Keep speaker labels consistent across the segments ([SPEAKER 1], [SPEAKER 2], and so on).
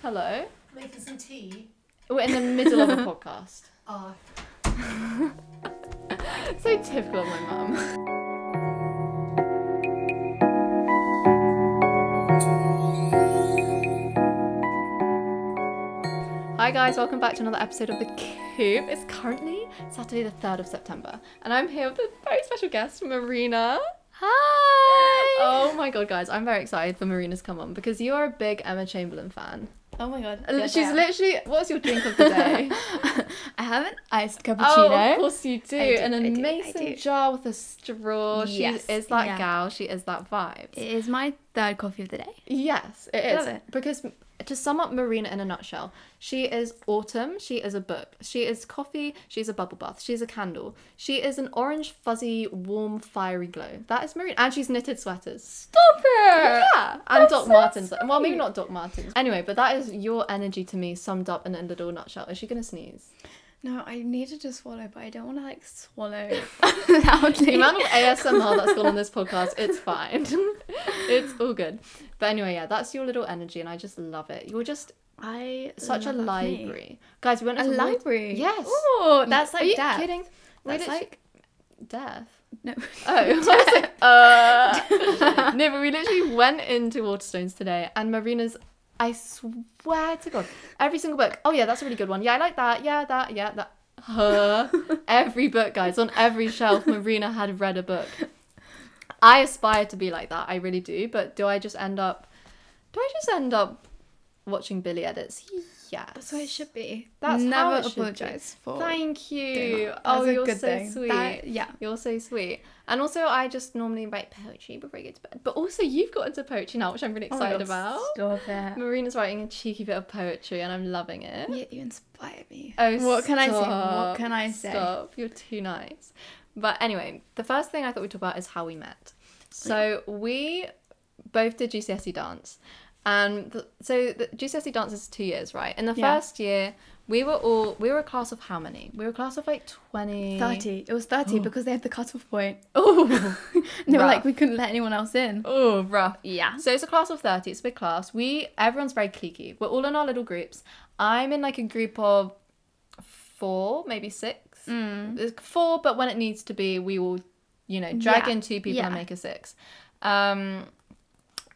[SPEAKER 1] Hello.
[SPEAKER 2] Making some tea.
[SPEAKER 1] We're in the middle of a podcast.
[SPEAKER 2] Ah,
[SPEAKER 1] So typical of my mum. Hi guys, welcome back to another episode of The Coop. It's currently Saturday the 3rd of September, and I'm here with a very special guest, Marina.
[SPEAKER 3] Hi!
[SPEAKER 1] Oh my god, guys, I'm very excited for Marina's come on because you are a big Emma Chamberlain fan.
[SPEAKER 3] Oh my god.
[SPEAKER 1] And
[SPEAKER 3] yes, I
[SPEAKER 1] She's
[SPEAKER 3] am.
[SPEAKER 1] literally, what's your drink of the day?
[SPEAKER 3] I have an iced
[SPEAKER 1] Oh,
[SPEAKER 3] cappuccino.
[SPEAKER 1] of course you do.
[SPEAKER 3] I do,
[SPEAKER 1] An
[SPEAKER 3] I do, I
[SPEAKER 1] amazing
[SPEAKER 3] do.
[SPEAKER 1] jar with a straw.
[SPEAKER 3] Yes,
[SPEAKER 1] She is that
[SPEAKER 3] yeah.
[SPEAKER 1] gal. She is that vibe.
[SPEAKER 3] it is my third coffee of the day.
[SPEAKER 1] yes, it is.
[SPEAKER 3] Love it.
[SPEAKER 1] Because m- to sum up Marina in a nutshell, she is autumn. She is a book. She is coffee. She's a bubble bath. She's a candle. She is an orange, fuzzy, warm, fiery glow. That is Marina. And she's knitted sweaters.
[SPEAKER 3] Stop it!
[SPEAKER 1] Yeah, and
[SPEAKER 3] That's
[SPEAKER 1] Doc
[SPEAKER 3] so
[SPEAKER 1] Martens. Well, maybe
[SPEAKER 3] sweet.
[SPEAKER 1] not Doc Martens. Anyway, but that is your energy to me summed up in a little nutshell. Is she gonna sneeze?
[SPEAKER 3] No, I needed to swallow, but I don't want to like swallow loudly.
[SPEAKER 1] The amount of ASMR that's gone on this podcast, it's fine. it's all good. But anyway, yeah, that's your little energy, and I just love it. You're just
[SPEAKER 3] I
[SPEAKER 1] such a
[SPEAKER 3] love me.
[SPEAKER 1] library, guys. We went
[SPEAKER 3] A
[SPEAKER 1] to Lloyd-
[SPEAKER 3] library.
[SPEAKER 1] Yes.
[SPEAKER 3] Oh, that's like
[SPEAKER 1] Are you
[SPEAKER 3] death.
[SPEAKER 1] kidding? We
[SPEAKER 3] That's
[SPEAKER 1] did-
[SPEAKER 3] like
[SPEAKER 1] death.
[SPEAKER 3] no.
[SPEAKER 1] Oh, I was like, uh. no, but we literally went into Waterstones today, and Marina's. I swear to God, every single book. Oh yeah, that's a really good one. Yeah, I like that. Yeah, that. Yeah, that. Her. every book, guys, on every shelf, Marina had read a book. I aspire to be like that. I really do. But do I just end up? Do I just end up watching Billy edits? Yeah.
[SPEAKER 3] That's what it should be.
[SPEAKER 1] That's how
[SPEAKER 3] never
[SPEAKER 1] it should be.
[SPEAKER 3] apologize for.
[SPEAKER 1] Thank
[SPEAKER 3] doing
[SPEAKER 1] you.
[SPEAKER 3] that.
[SPEAKER 1] Oh,
[SPEAKER 3] Oh, That's a
[SPEAKER 1] you're
[SPEAKER 3] good
[SPEAKER 1] so
[SPEAKER 3] thing.
[SPEAKER 1] sweet.
[SPEAKER 3] That- yeah.
[SPEAKER 1] You're so sweet. And also, I just normally write poetry before I go to bed. But also, you've got into poetry now, which I'm really
[SPEAKER 3] Oh my
[SPEAKER 1] excited
[SPEAKER 3] God,
[SPEAKER 1] about.
[SPEAKER 3] Stop it.
[SPEAKER 1] Marina's writing a cheeky bit of poetry, and I'm loving it.
[SPEAKER 3] You, you inspire me.
[SPEAKER 1] Oh,
[SPEAKER 3] what can I say?
[SPEAKER 1] stop,
[SPEAKER 3] What can I say?
[SPEAKER 1] Stop. You're too nice. But anyway, the first thing I thought we'd talk about is how we met. So we both did GCSE E dance. And th- so the GCSE E dance is two years, right? In the
[SPEAKER 3] Yeah.
[SPEAKER 1] first year, we were all, we were a class of how many? We were a class of like 20.
[SPEAKER 3] 30. It was 30 because they had the cutoff point.
[SPEAKER 1] Oh,
[SPEAKER 3] And they were
[SPEAKER 1] Rough.
[SPEAKER 3] like, we couldn't let anyone else in.
[SPEAKER 1] oh, rough.
[SPEAKER 3] Yeah.
[SPEAKER 1] So it's a class of 30, it's a big class. We everyone's very cliquey. We're all in our little groups. I'm in like a group of four, maybe six.
[SPEAKER 3] Mm.
[SPEAKER 1] There's Four, but when it needs to be, we will, you know, drag
[SPEAKER 3] Yeah,
[SPEAKER 1] in two people and
[SPEAKER 3] yeah.
[SPEAKER 1] make a six. Um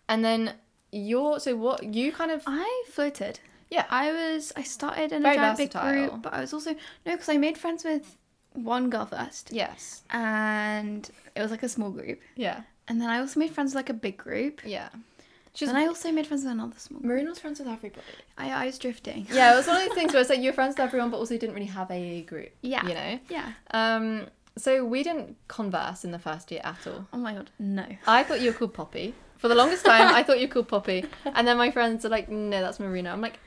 [SPEAKER 1] and then you're so what you kind of
[SPEAKER 3] I floated.
[SPEAKER 1] Yeah.
[SPEAKER 3] I was, I started in a
[SPEAKER 1] Very
[SPEAKER 3] giant big
[SPEAKER 1] versatile.
[SPEAKER 3] group, but I was also, no, because I made friends with one girl first.
[SPEAKER 1] Yes.
[SPEAKER 3] And it was like a small group.
[SPEAKER 1] Yeah.
[SPEAKER 3] And then I also made friends with like a big group.
[SPEAKER 1] Yeah. She's
[SPEAKER 3] And I also made friends with another small group.
[SPEAKER 1] Marina's friends with everybody.
[SPEAKER 3] I, I was drifting.
[SPEAKER 1] Yeah, it was one of those things where it's like you're friends with everyone but also you didn't really have a group.
[SPEAKER 3] Yeah.
[SPEAKER 1] You know?
[SPEAKER 3] Yeah.
[SPEAKER 1] Um so we didn't converse in the first year at all.
[SPEAKER 3] Oh my god, no.
[SPEAKER 1] I thought you were called Poppy. For the longest time, I thought you were called Poppy. And then my friends are like, no, that's Marina. I'm like,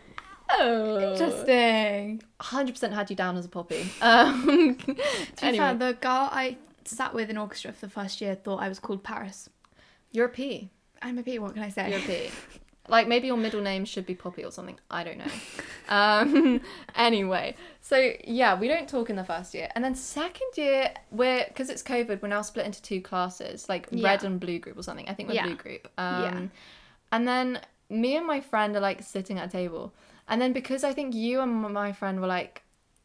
[SPEAKER 1] oh.
[SPEAKER 3] Interesting.
[SPEAKER 1] 100% had you down as a Poppy. Um,
[SPEAKER 3] To be fair,
[SPEAKER 1] anyway,
[SPEAKER 3] the girl I sat with in orchestra for the first year thought I was called Paris.
[SPEAKER 1] you're a P.
[SPEAKER 3] I'm a P, what can I say?
[SPEAKER 1] You're a P. Like, maybe your middle name should be Poppy or something. I don't know. Um, anyway, so yeah, we don't talk in the first year. And then second year, we're, because it's COVID, we're now split into two classes, like red
[SPEAKER 3] Yeah.
[SPEAKER 1] and blue group or something. I think we're
[SPEAKER 3] Yeah.
[SPEAKER 1] blue group. Um, And then me and my friend are like sitting at a table. And then because I think you and m- my friend were like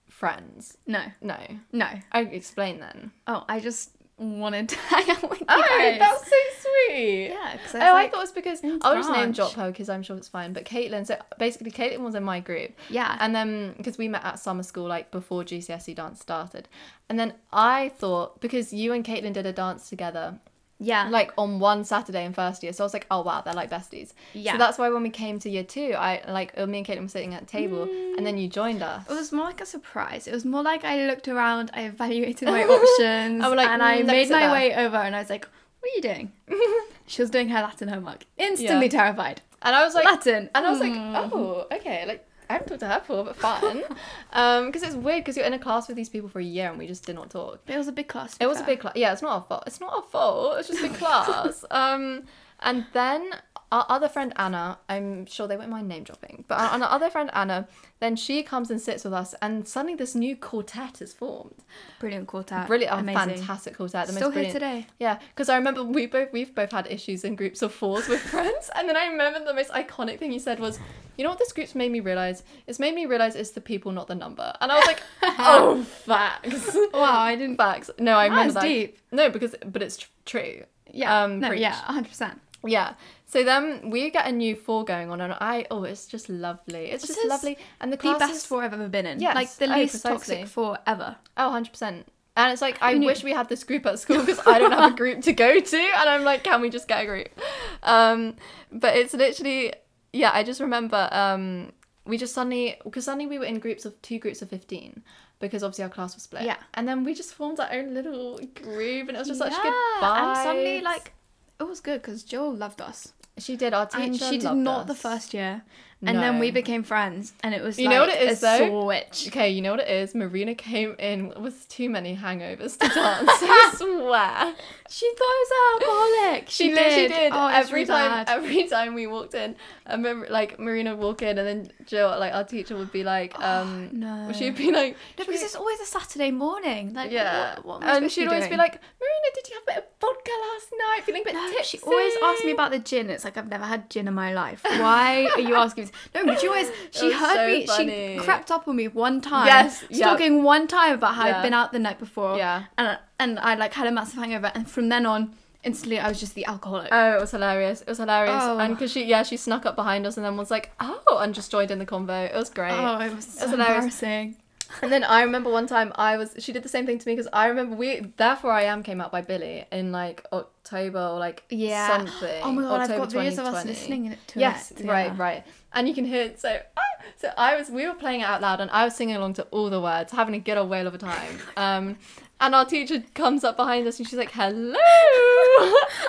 [SPEAKER 1] friends.
[SPEAKER 3] No,
[SPEAKER 1] No.
[SPEAKER 3] no.
[SPEAKER 1] I explain then.
[SPEAKER 3] Oh, I just wanted to hang out with you guys.
[SPEAKER 1] so sweet.
[SPEAKER 3] yeah. Because
[SPEAKER 1] Oh,
[SPEAKER 3] I, was
[SPEAKER 1] I
[SPEAKER 3] like,
[SPEAKER 1] thought it was because
[SPEAKER 3] in
[SPEAKER 1] I'll just name
[SPEAKER 3] branch.
[SPEAKER 1] drop her because I'm sure it's fine. But Caitlin, so basically Caitlin was in my group,
[SPEAKER 3] yeah.
[SPEAKER 1] and then because we met at summer school like before GCSE E dance started, and then I thought because you and Caitlin did a dance together,
[SPEAKER 3] yeah.
[SPEAKER 1] like on one Saturday in first year. So I was like, oh wow, they're like besties. So
[SPEAKER 3] Yeah.
[SPEAKER 1] that's why when we came to year two, I like me and Caitlin were sitting at a table, and then you joined us.
[SPEAKER 3] Mm. It was more like a surprise. It was more like I looked around, I evaluated my options,
[SPEAKER 1] I was like,
[SPEAKER 3] and I
[SPEAKER 1] "Mm, let's
[SPEAKER 3] made
[SPEAKER 1] sit
[SPEAKER 3] my
[SPEAKER 1] there."
[SPEAKER 3] way over, and I was like, "What are you doing?" she was doing her Latin homework. Instantly terrified.
[SPEAKER 1] And I was like,
[SPEAKER 3] Latin.
[SPEAKER 1] and I was like,
[SPEAKER 3] Mm.
[SPEAKER 1] oh, okay, like. I haven't talked to her before, but fun. Um, because it's weird because you're in a class with these people for a year and we just did not talk.
[SPEAKER 3] But it was a big class. to be
[SPEAKER 1] It was a
[SPEAKER 3] fair.
[SPEAKER 1] big class. Yeah, it's not our fault. It's not our fault. It's just a class. um, and then our other friend Anna, I'm sure they won't mind name dropping, but our, our other friend Anna, then she comes and sits with us, and suddenly this new quartet is formed.
[SPEAKER 3] Brilliant quartet.
[SPEAKER 1] Brilliant, oh,
[SPEAKER 3] Amazing.
[SPEAKER 1] fantastic quartet. The
[SPEAKER 3] Still
[SPEAKER 1] most
[SPEAKER 3] here
[SPEAKER 1] brilliant.
[SPEAKER 3] today.
[SPEAKER 1] Yeah, because I remember we both we've both had issues in groups of fours with friends, and then I remember the most iconic thing you said was, "You know what this group's made me realize? It's made me realize it's the people, not the number." And I was like, "Oh, facts,
[SPEAKER 3] Wow, I didn't.
[SPEAKER 1] facts." No, I
[SPEAKER 3] That
[SPEAKER 1] remember
[SPEAKER 3] was
[SPEAKER 1] that.
[SPEAKER 3] deep.
[SPEAKER 1] No, because but it's tr- true.
[SPEAKER 3] Yeah.
[SPEAKER 1] Um,
[SPEAKER 3] no,
[SPEAKER 1] preach.
[SPEAKER 3] yeah, 100%.
[SPEAKER 1] Yeah. So then we get a new four going on, and I oh, it's just lovely. It's
[SPEAKER 3] This
[SPEAKER 1] just
[SPEAKER 3] is
[SPEAKER 1] lovely, and the
[SPEAKER 3] The
[SPEAKER 1] class
[SPEAKER 3] best
[SPEAKER 1] is-
[SPEAKER 3] four I've ever been in.
[SPEAKER 1] Yes.
[SPEAKER 3] Like the
[SPEAKER 1] Oh,
[SPEAKER 3] least
[SPEAKER 1] precisely.
[SPEAKER 3] toxic four ever.
[SPEAKER 1] Oh, 100%. And it's like, I
[SPEAKER 3] Who knew?
[SPEAKER 1] wish we had this group at school because I don't have a group to go to. And I'm like, can we just get a group? Um, but it's literally, yeah, I just remember um, we just suddenly, because suddenly we were in groups of two groups of 15 because obviously our class was split.
[SPEAKER 3] Yeah.
[SPEAKER 1] And then we just formed our own little group and it was just such
[SPEAKER 3] Yeah,
[SPEAKER 1] good vibes.
[SPEAKER 3] And suddenly, like, it was good because Joel loved us.
[SPEAKER 1] she did our teacher.
[SPEAKER 3] and she did
[SPEAKER 1] loved
[SPEAKER 3] not the
[SPEAKER 1] us.
[SPEAKER 3] first year. And then
[SPEAKER 1] No.
[SPEAKER 3] we became friends, and it was
[SPEAKER 1] You know what
[SPEAKER 3] like
[SPEAKER 1] it is,
[SPEAKER 3] a
[SPEAKER 1] though?
[SPEAKER 3] switch.
[SPEAKER 1] Okay, you know what it is? Marina came in with too many hangovers to dance. I swear.
[SPEAKER 3] She thought I was alcoholic.
[SPEAKER 1] She,
[SPEAKER 3] She,
[SPEAKER 1] did.
[SPEAKER 3] did.
[SPEAKER 1] She did.
[SPEAKER 3] Oh, it's
[SPEAKER 1] every
[SPEAKER 3] really
[SPEAKER 1] time,
[SPEAKER 3] bad.
[SPEAKER 1] every time we walked in, I remember like Marina would walk in, and then Jill, like our teacher, would be like, um,
[SPEAKER 3] Oh, no.
[SPEAKER 1] she'd be like,
[SPEAKER 3] No, because it's always a Saturday morning. Like,
[SPEAKER 1] yeah,
[SPEAKER 3] what, what am I
[SPEAKER 1] and
[SPEAKER 3] supposed to
[SPEAKER 1] she'd always be
[SPEAKER 3] doing?
[SPEAKER 1] like, Marina, did you have a bit of vodka last night? Feeling a bit
[SPEAKER 3] No,
[SPEAKER 1] tipsy.
[SPEAKER 3] she always asks me about the gin. It's like I've never had gin in my life. Why are you asking me? No, but she always she
[SPEAKER 1] was
[SPEAKER 3] heard
[SPEAKER 1] so
[SPEAKER 3] me.
[SPEAKER 1] funny.
[SPEAKER 3] She crept up on me one time.
[SPEAKER 1] Yes,
[SPEAKER 3] she was
[SPEAKER 1] yeah.
[SPEAKER 3] talking one time about how
[SPEAKER 1] Yeah.
[SPEAKER 3] I'd been out the night before.
[SPEAKER 1] Yeah.
[SPEAKER 3] and and I like had a massive hangover, and from then on, instantly I was just the alcoholic.
[SPEAKER 1] Oh, it was hilarious. It was hilarious.
[SPEAKER 3] Oh.
[SPEAKER 1] And because she, yeah, she snuck up behind us and then was like, oh, and just joined in the convo. It was great.
[SPEAKER 3] oh, it was so
[SPEAKER 1] That's hilarious.
[SPEAKER 3] embarrassing.
[SPEAKER 1] And then I remember one time I was she did the same thing to me because I remember we Therefore I Am came out by Billy in like October or like
[SPEAKER 3] Yeah.
[SPEAKER 1] something.
[SPEAKER 3] Oh my god, I've got
[SPEAKER 1] October
[SPEAKER 3] videos of us
[SPEAKER 1] 2020.
[SPEAKER 3] listening it to
[SPEAKER 1] Yes,
[SPEAKER 3] it.
[SPEAKER 1] right,
[SPEAKER 3] Yeah.
[SPEAKER 1] right. And you can hear it so ah! so I was we were playing it out loud and I was singing along to all the words, having a good old whale of a time. Um and our teacher comes up behind us and she's like, Hello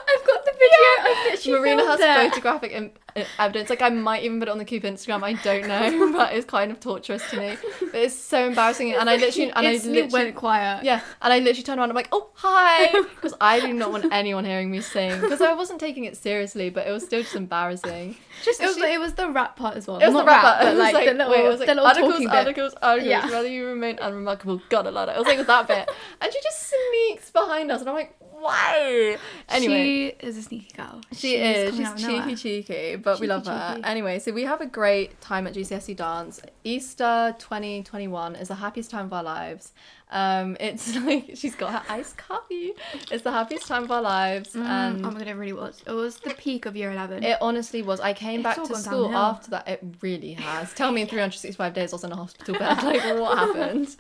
[SPEAKER 3] I've got the video of it. She
[SPEAKER 1] Marina has
[SPEAKER 3] filmed it.
[SPEAKER 1] photographic em- uh, evidence. Like I might even put it on the Coop Instagram. I don't know, but it's kind of torturous to me. But it's so embarrassing, and I literally and I
[SPEAKER 3] instantly
[SPEAKER 1] literally
[SPEAKER 3] went quiet.
[SPEAKER 1] yeah, and I literally turned around. I'm like, oh hi, because I do not want anyone hearing me sing because I wasn't taking it seriously, but it was still just embarrassing. Just
[SPEAKER 3] It was,
[SPEAKER 1] she-
[SPEAKER 3] the, it was the rap part as well.
[SPEAKER 1] it was
[SPEAKER 3] Not
[SPEAKER 1] the rapper.
[SPEAKER 3] Rap,
[SPEAKER 1] It
[SPEAKER 3] but
[SPEAKER 1] was
[SPEAKER 3] like, the
[SPEAKER 1] wait,
[SPEAKER 3] little,
[SPEAKER 1] it was like,
[SPEAKER 3] the little
[SPEAKER 1] articles,
[SPEAKER 3] talking bit.
[SPEAKER 1] articles, articles,
[SPEAKER 3] Yeah.
[SPEAKER 1] Whether you remain unremarkable, God, a lot. It was like that bit, and she just sneaks behind us, and I'm like, why? Anyway,
[SPEAKER 3] she is a sneaky girl.
[SPEAKER 1] She is.
[SPEAKER 3] coming
[SPEAKER 1] She's
[SPEAKER 3] out of
[SPEAKER 1] cheeky,
[SPEAKER 3] nowhere.
[SPEAKER 1] cheeky, but we
[SPEAKER 3] Cheeky,
[SPEAKER 1] love her.
[SPEAKER 3] cheeky.
[SPEAKER 1] Anyway, so we have a great time at GCSE E dance. Easter 2021 is the happiest time of our lives. Um, it's like she's got her iced coffee. It's the happiest time of our lives,
[SPEAKER 3] Mm,
[SPEAKER 1] and
[SPEAKER 3] oh my god, it really was. It was the peak of year eleven.
[SPEAKER 1] Um, it honestly was. I came
[SPEAKER 3] It's
[SPEAKER 1] back
[SPEAKER 3] all
[SPEAKER 1] to
[SPEAKER 3] gone
[SPEAKER 1] school
[SPEAKER 3] downhill.
[SPEAKER 1] after that. It really has. Tell me in 365 days I was in a hospital bed. Like, what happened?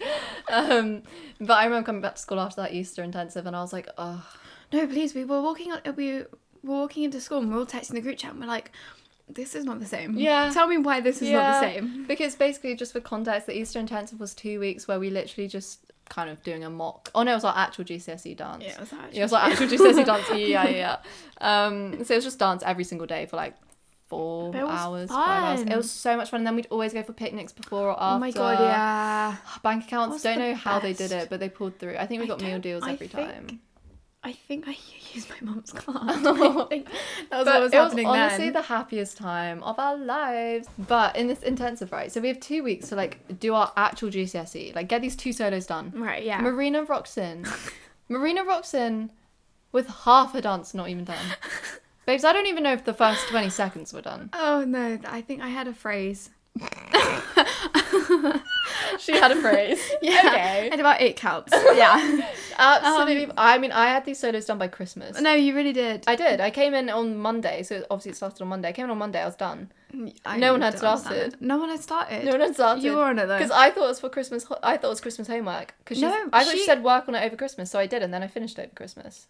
[SPEAKER 1] Um, but I remember coming back to school after that Easter intensive, and I was like, oh,
[SPEAKER 3] no, please. We were walking. On, we were walking into school, and we we're all texting the group chat, and we're like, "This is not the same."
[SPEAKER 1] Yeah.
[SPEAKER 3] Tell me why this is not the
[SPEAKER 1] Yeah,
[SPEAKER 3] same.
[SPEAKER 1] Because basically, just for context, the Easter intensive was two weeks where we literally just kind of doing a mock. Oh no, it was our actual GCSE dance.
[SPEAKER 3] Yeah. It was
[SPEAKER 1] Yeah, it was our actual
[SPEAKER 3] E.
[SPEAKER 1] GCSE E dance. Yeah, yeah, yeah. yeah. Um, so it was just dance every single day for like four
[SPEAKER 3] But it was
[SPEAKER 1] hours, five hours. It
[SPEAKER 3] fun.
[SPEAKER 1] was so much fun. And then we'd always go for picnics before or after.
[SPEAKER 3] Oh my god, yeah.
[SPEAKER 1] Bank accounts
[SPEAKER 3] What's
[SPEAKER 1] don't
[SPEAKER 3] the
[SPEAKER 1] know how they did
[SPEAKER 3] best?
[SPEAKER 1] it, but they pulled through. I think we
[SPEAKER 3] I
[SPEAKER 1] got meal
[SPEAKER 3] don't-
[SPEAKER 1] deals
[SPEAKER 3] I
[SPEAKER 1] every
[SPEAKER 3] think-
[SPEAKER 1] time.
[SPEAKER 3] I think I used my mum's card. I think that
[SPEAKER 1] But
[SPEAKER 3] was what was
[SPEAKER 1] it was
[SPEAKER 3] happening
[SPEAKER 1] honestly
[SPEAKER 3] then.
[SPEAKER 1] the happiest time of our lives. But in this intensive, right? So we have two weeks to like do our actual GCSE, E, like get these two solos done.
[SPEAKER 3] right. Yeah.
[SPEAKER 1] Marina rocks in. Marina rocks in with half her dance not even done. Babes, I don't even know if the first 20 seconds were done.
[SPEAKER 3] oh no, th- I think I had a phrase.
[SPEAKER 1] She had a phrase.
[SPEAKER 3] Yeah.
[SPEAKER 1] Okay.
[SPEAKER 3] And about eight counts. yeah.
[SPEAKER 1] Absolutely. I mean, I had these solos done by Christmas.
[SPEAKER 3] Um, No, you really did.
[SPEAKER 1] I did. I came in on Monday, so obviously it started on Monday. I came in on Monday, I was done.
[SPEAKER 3] I
[SPEAKER 1] No one had
[SPEAKER 3] don't understand
[SPEAKER 1] started.
[SPEAKER 3] it. No one had started.
[SPEAKER 1] No one had started.
[SPEAKER 3] You were on it though.
[SPEAKER 1] Because I thought it was for Christmas. ho- I thought it was Christmas homework. Because
[SPEAKER 3] No,
[SPEAKER 1] I thought she...
[SPEAKER 3] she-
[SPEAKER 1] said work on it over Christmas, so I did, and then I finished over Christmas.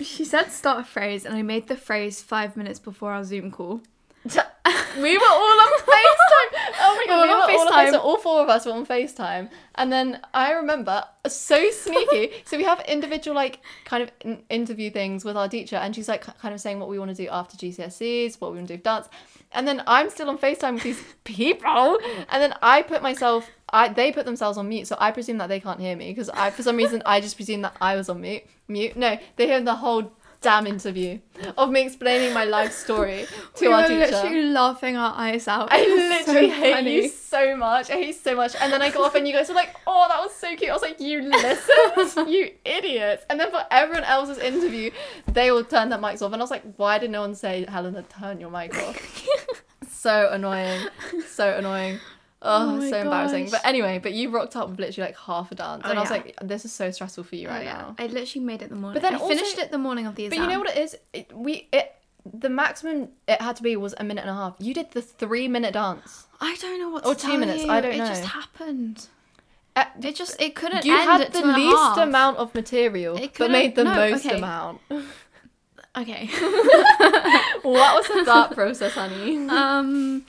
[SPEAKER 3] She said start a phrase, and I made the phrase five minutes before our Zoom call.
[SPEAKER 1] we were all on FaceTime. Oh my god,
[SPEAKER 3] We were
[SPEAKER 1] we were,
[SPEAKER 3] on
[SPEAKER 1] all on
[SPEAKER 3] FaceTime.
[SPEAKER 1] FaceTime. All four of us were on FaceTime, and then I remember uh, so sneaky. so we have individual like kind of in- interview things with our teacher, and she's like ki- kind of saying what we want to do after GCSEs, E, what we want to do with dance, and then I'm still on FaceTime with these people, and then I put myself. I, they put themselves on mute, so I presume that they can't hear me because I, for some reason, I just presume that I was on mute. Mute? No, they hear the whole damn interview of me explaining my life story to
[SPEAKER 3] we
[SPEAKER 1] our
[SPEAKER 3] were
[SPEAKER 1] teacher.
[SPEAKER 3] literally laughing our eyes out.
[SPEAKER 1] I
[SPEAKER 3] It was so
[SPEAKER 1] literally hate you
[SPEAKER 3] funny.
[SPEAKER 1] so much. I hate you so much. And then I got off, and you guys were like, "Oh, that was so cute." I was like, "You listened, you idiots!" And then for everyone else's interview, they all turned their mics off, and I was like, "Why did no one say, Helena, turn your mic off?" so annoying, so annoying. Oh,
[SPEAKER 3] Oh my
[SPEAKER 1] so embarrassing.
[SPEAKER 3] gosh.
[SPEAKER 1] But anyway, but you rocked up with literally like half a dance,
[SPEAKER 3] Oh,
[SPEAKER 1] and I was
[SPEAKER 3] yeah.
[SPEAKER 1] like, "This is so stressful for you right
[SPEAKER 3] Oh, yeah.
[SPEAKER 1] now."
[SPEAKER 3] I literally made it the morning.
[SPEAKER 1] But then
[SPEAKER 3] I
[SPEAKER 1] also-
[SPEAKER 3] finished it um, the morning of the
[SPEAKER 1] But
[SPEAKER 3] exam.
[SPEAKER 1] you know what it is? It, we it the maximum it had to be was a minute and a half. You did the three minute dance.
[SPEAKER 3] I don't know what.
[SPEAKER 1] Or
[SPEAKER 3] to
[SPEAKER 1] two
[SPEAKER 3] tell
[SPEAKER 1] minutes,
[SPEAKER 3] you.
[SPEAKER 1] I don't
[SPEAKER 3] It just
[SPEAKER 1] know.
[SPEAKER 3] happened.
[SPEAKER 1] Uh,
[SPEAKER 3] It just it couldn't
[SPEAKER 1] you
[SPEAKER 3] end
[SPEAKER 1] had
[SPEAKER 3] at
[SPEAKER 1] the
[SPEAKER 3] two and a
[SPEAKER 1] least
[SPEAKER 3] half.
[SPEAKER 1] amount of material
[SPEAKER 3] It
[SPEAKER 1] but
[SPEAKER 3] couldn't-
[SPEAKER 1] made the
[SPEAKER 3] no,
[SPEAKER 1] most
[SPEAKER 3] okay.
[SPEAKER 1] amount
[SPEAKER 3] Okay.
[SPEAKER 1] what was the thought process honey
[SPEAKER 3] um,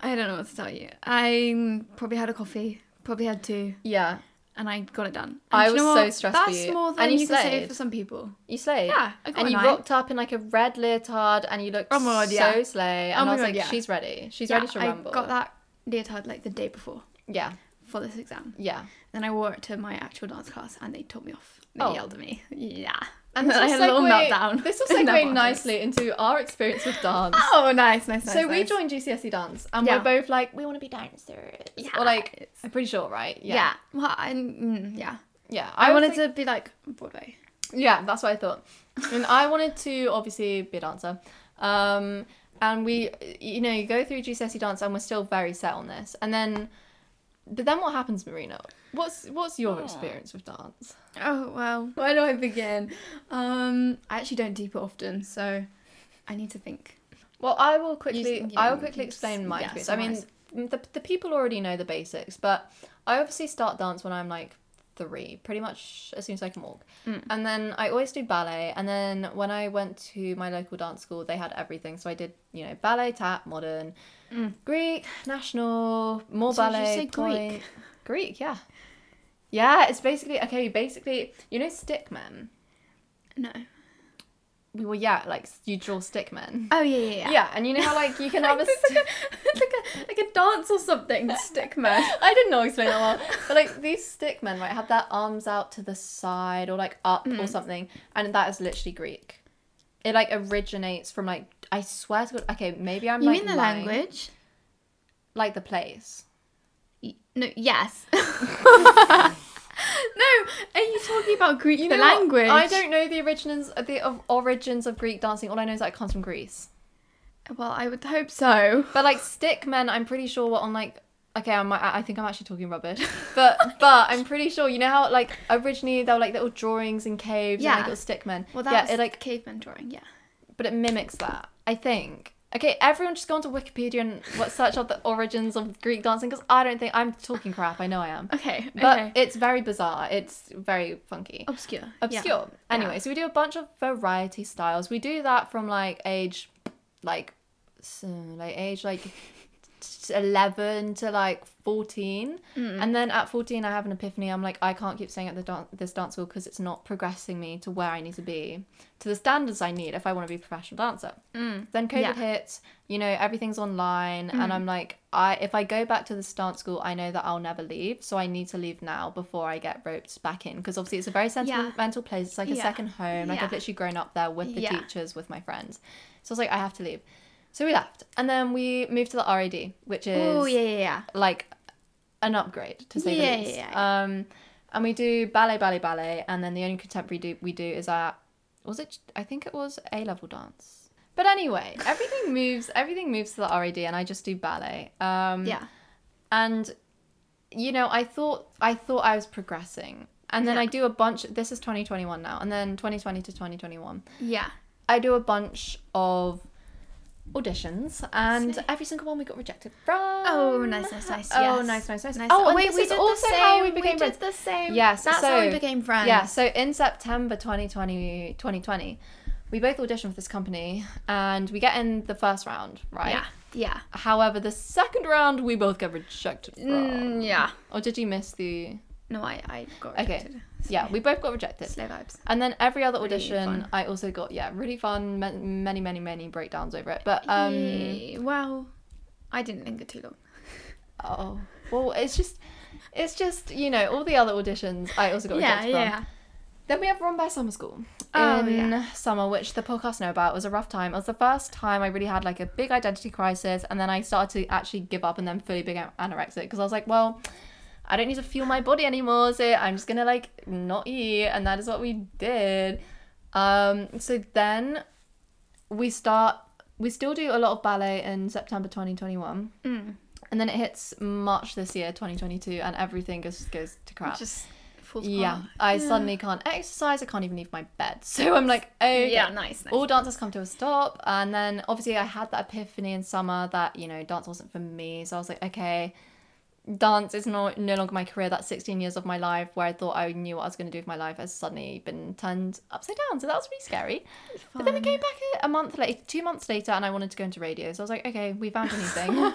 [SPEAKER 3] I don't know what to tell you. I probably had a coffee, probably had two,
[SPEAKER 1] yeah
[SPEAKER 3] and I got it done. And
[SPEAKER 1] I
[SPEAKER 3] do you
[SPEAKER 1] was
[SPEAKER 3] know
[SPEAKER 1] so
[SPEAKER 3] what?
[SPEAKER 1] stressed for
[SPEAKER 3] That's
[SPEAKER 1] you.
[SPEAKER 3] more
[SPEAKER 1] And
[SPEAKER 3] than
[SPEAKER 1] you
[SPEAKER 3] you, can say
[SPEAKER 1] slayed.
[SPEAKER 3] for some people.
[SPEAKER 1] you slayed
[SPEAKER 3] Yeah, I got
[SPEAKER 1] and
[SPEAKER 3] a
[SPEAKER 1] you
[SPEAKER 3] nine.
[SPEAKER 1] rocked up in like a red leotard and you looked
[SPEAKER 3] Oh my God,
[SPEAKER 1] so
[SPEAKER 3] yeah.
[SPEAKER 1] slay
[SPEAKER 3] Oh
[SPEAKER 1] and
[SPEAKER 3] my
[SPEAKER 1] i was
[SPEAKER 3] God,
[SPEAKER 1] like
[SPEAKER 3] yeah.
[SPEAKER 1] she's ready she's
[SPEAKER 3] Yeah,
[SPEAKER 1] ready to
[SPEAKER 3] I
[SPEAKER 1] rumble
[SPEAKER 3] got that leotard like the day before
[SPEAKER 1] yeah
[SPEAKER 3] for this exam.
[SPEAKER 1] yeah
[SPEAKER 3] Then I wore it to my actual dance class, and they told me off. They
[SPEAKER 1] Oh.
[SPEAKER 3] yelled at me. Yeah.
[SPEAKER 1] and this
[SPEAKER 3] then I
[SPEAKER 1] was
[SPEAKER 3] had a little
[SPEAKER 1] segue-
[SPEAKER 3] meltdown.
[SPEAKER 1] this will
[SPEAKER 3] in that
[SPEAKER 1] segue
[SPEAKER 3] box.
[SPEAKER 1] nicely into our experience with dance
[SPEAKER 3] Oh, nice, nice, nice.
[SPEAKER 1] so we
[SPEAKER 3] nice.
[SPEAKER 1] joined GCSE E dance and
[SPEAKER 3] Yeah.
[SPEAKER 1] we're both like we want to be dancers
[SPEAKER 3] Yeah.
[SPEAKER 1] or like I'm pretty sure right
[SPEAKER 3] Yeah.
[SPEAKER 1] yeah
[SPEAKER 3] Well, I, mm, yeah.
[SPEAKER 1] yeah
[SPEAKER 3] I,
[SPEAKER 1] was
[SPEAKER 3] wanted
[SPEAKER 1] like-
[SPEAKER 3] to be like Broadway.
[SPEAKER 1] Yeah, that's what I thought. And I wanted to obviously be a dancer. Um, and we, you know, you go through GCSE E dance, and we're still very set on this. And then, but then what happens, Marina? What's what's your experience with dance?
[SPEAKER 3] Oh well, where do I begin? Um, I actually don't deep it often, so I need to think.
[SPEAKER 1] Well, I will quickly.
[SPEAKER 3] you-
[SPEAKER 1] I will
[SPEAKER 3] you
[SPEAKER 1] quickly
[SPEAKER 3] just-
[SPEAKER 1] explain my
[SPEAKER 3] yeah,
[SPEAKER 1] experience. I mean, the the people already know the basics, but I obviously start dance when I'm like three, pretty much as soon as I can walk.
[SPEAKER 3] Mm.
[SPEAKER 1] And then I always do ballet. And then when I went to my local dance school, they had everything. So I did, you know, ballet, tap, modern, Greek, national, more
[SPEAKER 3] Mm. So did you
[SPEAKER 1] ballet.
[SPEAKER 3] say Greek?
[SPEAKER 1] point- Greek, yeah. Yeah, it's basically okay. Basically, you know, stick men.
[SPEAKER 3] No.
[SPEAKER 1] We were yeah, like you draw stick men.
[SPEAKER 3] Oh yeah, yeah,
[SPEAKER 1] Yeah.
[SPEAKER 3] yeah.
[SPEAKER 1] and you know how like you can have a.
[SPEAKER 3] It's
[SPEAKER 1] st-
[SPEAKER 3] like a, like a like a dance or something. Stick man.
[SPEAKER 1] I didn't know explain that well. But like these stick men, right, have their arms out to the side or like up
[SPEAKER 3] Mm.
[SPEAKER 1] or something, and that is literally Greek. It like originates from like I swear to God. Okay, maybe I'm
[SPEAKER 3] You
[SPEAKER 1] like
[SPEAKER 3] mean the
[SPEAKER 1] lying.
[SPEAKER 3] language?
[SPEAKER 1] like the place.
[SPEAKER 3] Y- No. Yes. no. Are you talking about Greek?
[SPEAKER 1] You
[SPEAKER 3] the
[SPEAKER 1] know what?
[SPEAKER 3] language.
[SPEAKER 1] I don't know the origins the of origins of Greek dancing. All I know is that it comes from Greece.
[SPEAKER 3] Well, I would hope so.
[SPEAKER 1] But like stick men, I'm pretty sure were on like. Okay, I'm, I I think I'm actually talking rubbish, but but I'm pretty sure you know how like originally they were like little drawings in caves and
[SPEAKER 3] Yeah.
[SPEAKER 1] like little stick men.
[SPEAKER 3] Well, that
[SPEAKER 1] yeah,
[SPEAKER 3] was
[SPEAKER 1] it like
[SPEAKER 3] caveman drawing. Yeah.
[SPEAKER 1] but it mimics that. I think. Okay, everyone just go onto Wikipedia and what search up the origins of Greek dancing because I don't think I'm talking crap. I know I am,
[SPEAKER 3] Okay.
[SPEAKER 1] but
[SPEAKER 3] okay.
[SPEAKER 1] it's very bizarre. It's very funky,
[SPEAKER 3] obscure. yeah.
[SPEAKER 1] obscure. Anyway, so we do a bunch of variety styles. We do that from like age, like, so, like age like. t- 11 to like 14
[SPEAKER 3] Mm.
[SPEAKER 1] and then at 14 i have an epiphany i'm like i can't keep staying at the dan- this dance school because it's not progressing me to where i need to be to the standards i need if i want to be a professional dancer then covid
[SPEAKER 3] Mm. Yeah. Mm.
[SPEAKER 1] hits you know everything's online and i'm like i if i go back to this dance school i know that i'll never leave so i need to leave now before i get roped back in because obviously it's a very sentimental place it's like a
[SPEAKER 3] Yeah.
[SPEAKER 1] second home like i've
[SPEAKER 3] Yeah.
[SPEAKER 1] literally grown up there with the
[SPEAKER 3] Yeah.
[SPEAKER 1] teachers with my friends so i was like i have to leave so we left and then we moved to the rad which is
[SPEAKER 3] Oh yeah, yeah, yeah.
[SPEAKER 1] like an upgrade to say
[SPEAKER 3] Yeah,
[SPEAKER 1] the least.
[SPEAKER 3] yeah,
[SPEAKER 1] Um, and we do ballet, ballet, ballet, and then the only contemporary do we do is our was it? I think it was A level dance. But anyway, everything moves. Everything moves to the RAD, and I just do ballet. Um,
[SPEAKER 3] Yeah.
[SPEAKER 1] and you know i thought i thought i was progressing and then
[SPEAKER 3] Yeah.
[SPEAKER 1] i do a bunch this is 2021 now and then 2020 to 2021
[SPEAKER 3] Yeah.
[SPEAKER 1] i do a bunch of auditions and every single one we got rejected from
[SPEAKER 3] Oh, nice, nice, nice.
[SPEAKER 1] oh
[SPEAKER 3] yes.
[SPEAKER 1] nice nice nice, oh, and
[SPEAKER 3] wait,
[SPEAKER 1] this
[SPEAKER 3] we
[SPEAKER 1] is
[SPEAKER 3] did
[SPEAKER 1] also
[SPEAKER 3] the same.
[SPEAKER 1] how we became friends
[SPEAKER 3] did the same.
[SPEAKER 1] Yes,
[SPEAKER 3] that's how we
[SPEAKER 1] so-
[SPEAKER 3] became friends.
[SPEAKER 1] yeah, so in September 2020, 2020, we both auditioned for this company and we get in the first round, right?
[SPEAKER 3] Yeah. Yeah.
[SPEAKER 1] However, the second round, we both get rejected from.
[SPEAKER 3] Mm, yeah.
[SPEAKER 1] Or did you miss the.
[SPEAKER 3] No, I, I got
[SPEAKER 1] Okay.
[SPEAKER 3] rejected.
[SPEAKER 1] Yeah, we both got rejected.
[SPEAKER 3] Slow vibes.
[SPEAKER 1] And then every other
[SPEAKER 3] Really
[SPEAKER 1] audition,
[SPEAKER 3] fun.
[SPEAKER 1] I also got, yeah, really fun, ma- many, many, many breakdowns over it. But, um.
[SPEAKER 3] Eh, well, I didn't linger too long.
[SPEAKER 1] Oh. Well, it's just. It's just, you know, all the other auditions I also got
[SPEAKER 3] Yeah,
[SPEAKER 1] rejected from.
[SPEAKER 3] yeah.
[SPEAKER 1] Then we have Run by Summer School.
[SPEAKER 3] Oh,
[SPEAKER 1] in summer, which the podcast know about, was a rough time. It was the first time I really had like a big identity crisis, and then I started to actually give up and then fully became anorexic because I was like, well, I don't need to fuel my body anymore, so I'm just gonna like not eat, and that is what we did. Um, so then we start. We still do a lot of ballet in September 2021,
[SPEAKER 3] Mm.
[SPEAKER 1] and then it hits March this year, 2022, and everything just goes to crap.
[SPEAKER 3] Just falls
[SPEAKER 1] Yeah,
[SPEAKER 3] apart.
[SPEAKER 1] I suddenly can't exercise. I can't even leave my bed. So I'm like, okay.
[SPEAKER 3] Yeah, nice. nice.
[SPEAKER 1] All dances come to a stop. And then obviously I had that epiphany in summer that, you know, dance wasn't for me. So I was like, okay, dance is no, no longer my career. That's 16 years of my life where I thought I knew what I was going to do with my life has suddenly been turned upside down. So that was really scary. But then we came back a- a month later, two months later, and I wanted to go into radio. So I was like, okay, we found a new thing.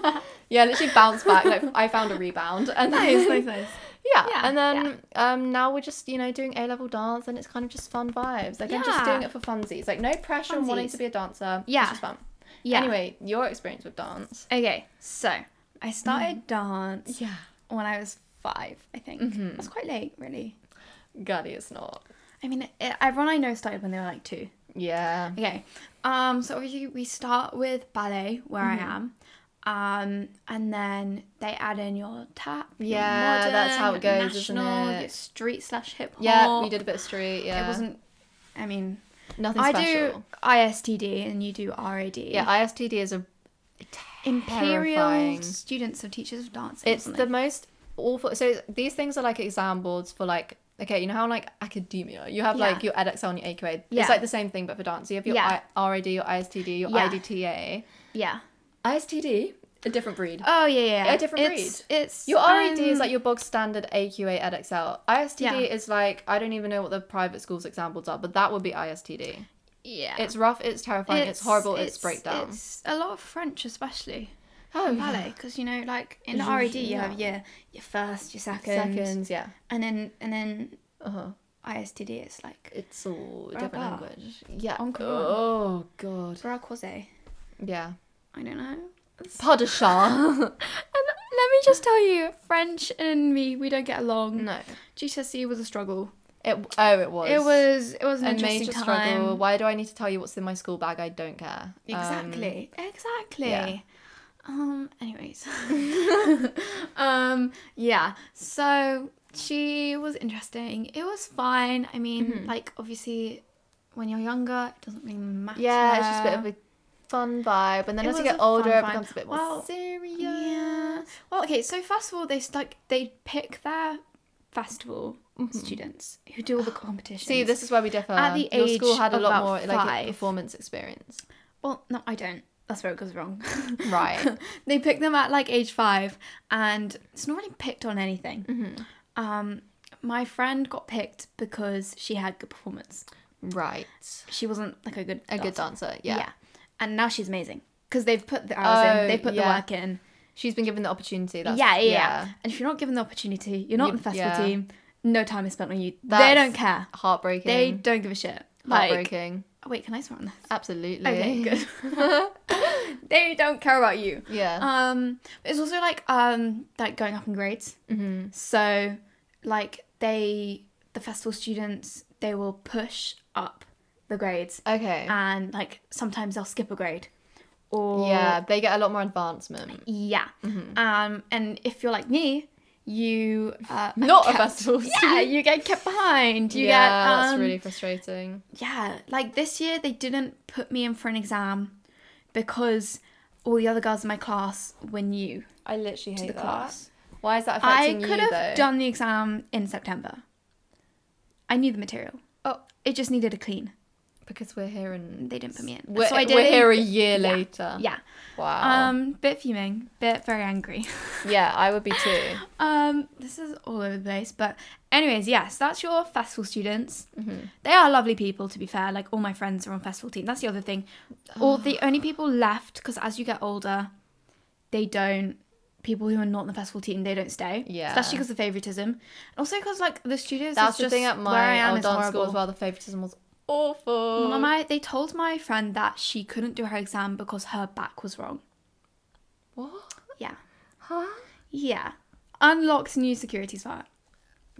[SPEAKER 1] yeah, literally bounced back. Like I found a rebound. And
[SPEAKER 3] nice,
[SPEAKER 1] then-
[SPEAKER 3] nice, nice.
[SPEAKER 1] yeah.
[SPEAKER 3] Yeah,
[SPEAKER 1] and then um now we're just, you know, doing A level dance and it's kind of just fun vibes. Like I'm just
[SPEAKER 3] Yeah.
[SPEAKER 1] doing it for funsies. Like no pressure on wanting
[SPEAKER 3] Funsies.
[SPEAKER 1] to be a dancer.
[SPEAKER 3] Yeah.
[SPEAKER 1] It's just fun.
[SPEAKER 3] Yeah.
[SPEAKER 1] Anyway, your experience with dance.
[SPEAKER 3] Okay, so I
[SPEAKER 1] Mm.
[SPEAKER 3] started dance
[SPEAKER 1] Yeah.
[SPEAKER 3] when I was five, I think.
[SPEAKER 1] Mm-hmm.
[SPEAKER 3] That's quite late, really.
[SPEAKER 1] Gutty it's not.
[SPEAKER 3] I mean, it, everyone I know started when they were like two.
[SPEAKER 1] Yeah.
[SPEAKER 3] Okay. Um. So obviously we start with ballet where
[SPEAKER 1] Mm-hmm.
[SPEAKER 3] I am, um, and then they add in your tap. your
[SPEAKER 1] Yeah, that's how it
[SPEAKER 3] modern, your
[SPEAKER 1] goes, isn't it?
[SPEAKER 3] Your street slash hip hop.
[SPEAKER 1] Yeah, we did a bit of street, yeah.
[SPEAKER 3] It wasn't. I mean,
[SPEAKER 1] nothing
[SPEAKER 3] I
[SPEAKER 1] special.
[SPEAKER 3] do ISTD and you do RAD.
[SPEAKER 1] Yeah, ISTD is a
[SPEAKER 3] Imperial
[SPEAKER 1] terrifying.
[SPEAKER 3] Students of Teachers of Dance.
[SPEAKER 1] It's the most awful. So these things are like exam boards for like okay, you know how like academia, you have like
[SPEAKER 3] Yeah.
[SPEAKER 1] your EdXL and your AQA.
[SPEAKER 3] Yeah.
[SPEAKER 1] It's like the same thing but for dance. You have your
[SPEAKER 3] Yeah.
[SPEAKER 1] I- RAD, your ISTD, your
[SPEAKER 3] Yeah.
[SPEAKER 1] IDTA.
[SPEAKER 3] yeah.
[SPEAKER 1] ISTD, a different breed.
[SPEAKER 3] Oh yeah, yeah. yeah.
[SPEAKER 1] A different
[SPEAKER 3] it's, It's
[SPEAKER 1] Your RAD is
[SPEAKER 3] um,
[SPEAKER 1] like your bog standard AQA EdXL. ISTD
[SPEAKER 3] Yeah.
[SPEAKER 1] is like I don't even know what the private schools examples are, but that would be ISTD.
[SPEAKER 3] yeah.
[SPEAKER 1] It's rough, it's terrifying, it's, horrible, it's, breakdown.
[SPEAKER 3] It's a lot of French, especially.
[SPEAKER 1] oh,
[SPEAKER 3] in ballet because you know like in the
[SPEAKER 1] Yeah.
[SPEAKER 3] RED you have your your first your second,
[SPEAKER 1] Seconds, yeah.
[SPEAKER 3] and then and then
[SPEAKER 1] Uh-huh.
[SPEAKER 3] ISTD it's like
[SPEAKER 1] It's all a
[SPEAKER 3] Bra
[SPEAKER 1] different
[SPEAKER 3] bra.
[SPEAKER 1] language. Yeah.
[SPEAKER 3] Encore.
[SPEAKER 1] Oh god.
[SPEAKER 3] bras croisés
[SPEAKER 1] Yeah.
[SPEAKER 3] I don't know It's-
[SPEAKER 1] Pas de char.
[SPEAKER 3] and let me just tell you French and me we don't get along
[SPEAKER 1] no.
[SPEAKER 3] GCSE E was a struggle
[SPEAKER 1] It oh it was.
[SPEAKER 3] it was it was an
[SPEAKER 1] a
[SPEAKER 3] interesting
[SPEAKER 1] major
[SPEAKER 3] time
[SPEAKER 1] struggle. Why do I need to tell you what's in my school bag? I don't care. Um,
[SPEAKER 3] exactly exactly
[SPEAKER 1] yeah.
[SPEAKER 3] um anyways um yeah so she was interesting it was fine i mean
[SPEAKER 1] Mm-hmm.
[SPEAKER 3] like obviously when you're younger it doesn't really matter
[SPEAKER 1] yeah, it's just a bit of a fun vibe, and then
[SPEAKER 3] It
[SPEAKER 1] as you
[SPEAKER 3] was
[SPEAKER 1] get
[SPEAKER 3] a fun
[SPEAKER 1] older, it
[SPEAKER 3] vibe.
[SPEAKER 1] becomes a bit more
[SPEAKER 3] Well,
[SPEAKER 1] serious.
[SPEAKER 3] yeah well okay so first of all they stuck they pick their festival students who do all the competitions
[SPEAKER 1] Mm-hmm. See, this is where we differ.
[SPEAKER 3] At the
[SPEAKER 1] Your school
[SPEAKER 3] age
[SPEAKER 1] had a
[SPEAKER 3] of
[SPEAKER 1] lot
[SPEAKER 3] about
[SPEAKER 1] more like
[SPEAKER 3] five.
[SPEAKER 1] performance experience.
[SPEAKER 3] well no i don't that's where it goes wrong
[SPEAKER 1] Right.
[SPEAKER 3] they picked them at like age five and it's not really picked on anything um my friend got picked because she had good performance
[SPEAKER 1] right.
[SPEAKER 3] she wasn't like a good
[SPEAKER 1] A good dancer. Yeah.
[SPEAKER 3] and now she's amazing because they've put the hours
[SPEAKER 1] Oh,
[SPEAKER 3] in they put
[SPEAKER 1] yeah.
[SPEAKER 3] the work in
[SPEAKER 1] She's been given the opportunity. That's,
[SPEAKER 3] yeah, yeah yeah and if you're not given the opportunity you're not
[SPEAKER 1] You-
[SPEAKER 3] in the festival
[SPEAKER 1] yeah.
[SPEAKER 3] team no time is spent on you they
[SPEAKER 1] That's
[SPEAKER 3] don't care
[SPEAKER 1] Heartbreaking.
[SPEAKER 3] they don't give a shit like
[SPEAKER 1] Heartbreaking.
[SPEAKER 3] oh, wait can i swear on this
[SPEAKER 1] Absolutely.
[SPEAKER 3] okay good they don't care about you
[SPEAKER 1] Yeah.
[SPEAKER 3] um it's also like um like going up in grades
[SPEAKER 1] mm-hmm.
[SPEAKER 3] So, like they, the festival students, they will push up the grades,
[SPEAKER 1] Okay.
[SPEAKER 3] and like sometimes they'll skip a grade, or
[SPEAKER 1] yeah, Mm-hmm. they get a lot more advancement.
[SPEAKER 3] yeah. Um, and if you're like me, you uh,
[SPEAKER 1] Not a
[SPEAKER 3] kept-
[SPEAKER 1] festival
[SPEAKER 3] Yeah, you get kept behind. You
[SPEAKER 1] yeah,
[SPEAKER 3] get
[SPEAKER 1] that's
[SPEAKER 3] um,
[SPEAKER 1] really frustrating.
[SPEAKER 3] yeah. Like this year, they didn't put me in for an exam because all the other girls in my class were new
[SPEAKER 1] I literally hate
[SPEAKER 3] to the class.
[SPEAKER 1] Why is that
[SPEAKER 3] I
[SPEAKER 1] affecting
[SPEAKER 3] could
[SPEAKER 1] you
[SPEAKER 3] have
[SPEAKER 1] though?
[SPEAKER 3] done the exam in September. I knew the material.
[SPEAKER 1] Oh.
[SPEAKER 3] It just needed a clean.
[SPEAKER 1] because we're here and
[SPEAKER 3] They didn't put me in.
[SPEAKER 1] we're, Oh.
[SPEAKER 3] so I did.
[SPEAKER 1] we're here a year
[SPEAKER 3] Yeah,
[SPEAKER 1] later.
[SPEAKER 3] Yeah.
[SPEAKER 1] Wow.
[SPEAKER 3] Um, bit fuming, bit very angry.
[SPEAKER 1] yeah, I would be too.
[SPEAKER 3] um, this is all over the place, but anyways, yes, that's your festival students.
[SPEAKER 1] Mm-hmm.
[SPEAKER 3] They are lovely people, to be fair. Like all my friends are on festival team. That's the other thing. All the only people left because as you get older, they don't. People who are not in the festival team, they don't stay.
[SPEAKER 1] Yeah.
[SPEAKER 3] Especially because of favoritism, and also because like the studios.
[SPEAKER 1] That's
[SPEAKER 3] is
[SPEAKER 1] the
[SPEAKER 3] just
[SPEAKER 1] thing at
[SPEAKER 3] where I
[SPEAKER 1] my
[SPEAKER 3] am
[SPEAKER 1] old
[SPEAKER 3] is
[SPEAKER 1] dance
[SPEAKER 3] horrible.
[SPEAKER 1] school as well. The favoritism was awful.
[SPEAKER 3] Well, my, they told my friend that she couldn't do her exam because her back was wrong.
[SPEAKER 1] What?
[SPEAKER 3] Yeah.
[SPEAKER 1] Huh?
[SPEAKER 3] Yeah. Unlocked new securities for her.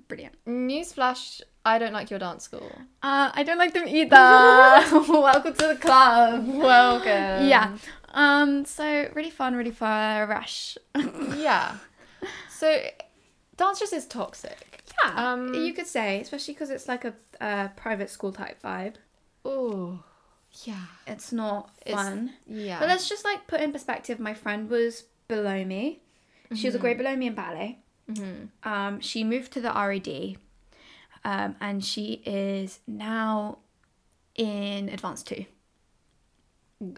[SPEAKER 3] Brilliant.
[SPEAKER 1] Newsflash: I don't like your dance school.
[SPEAKER 3] Uh, I don't like them either. Welcome to the club.
[SPEAKER 1] Welcome.
[SPEAKER 3] Yeah. Um. So really fun, really fresh.
[SPEAKER 1] Yeah. So dance just is toxic.
[SPEAKER 3] Yeah.
[SPEAKER 1] Um,
[SPEAKER 3] you could say, especially because it's like a uh, private school type vibe.
[SPEAKER 1] Oh. Yeah.
[SPEAKER 3] It's not
[SPEAKER 1] It's-
[SPEAKER 3] fun.
[SPEAKER 1] Yeah.
[SPEAKER 3] But let's just like put in perspective. My friend was below me. She was a grade below me in ballet.
[SPEAKER 1] Mhm.
[SPEAKER 3] Um, she moved to the RED, um, and she is now in advanced two.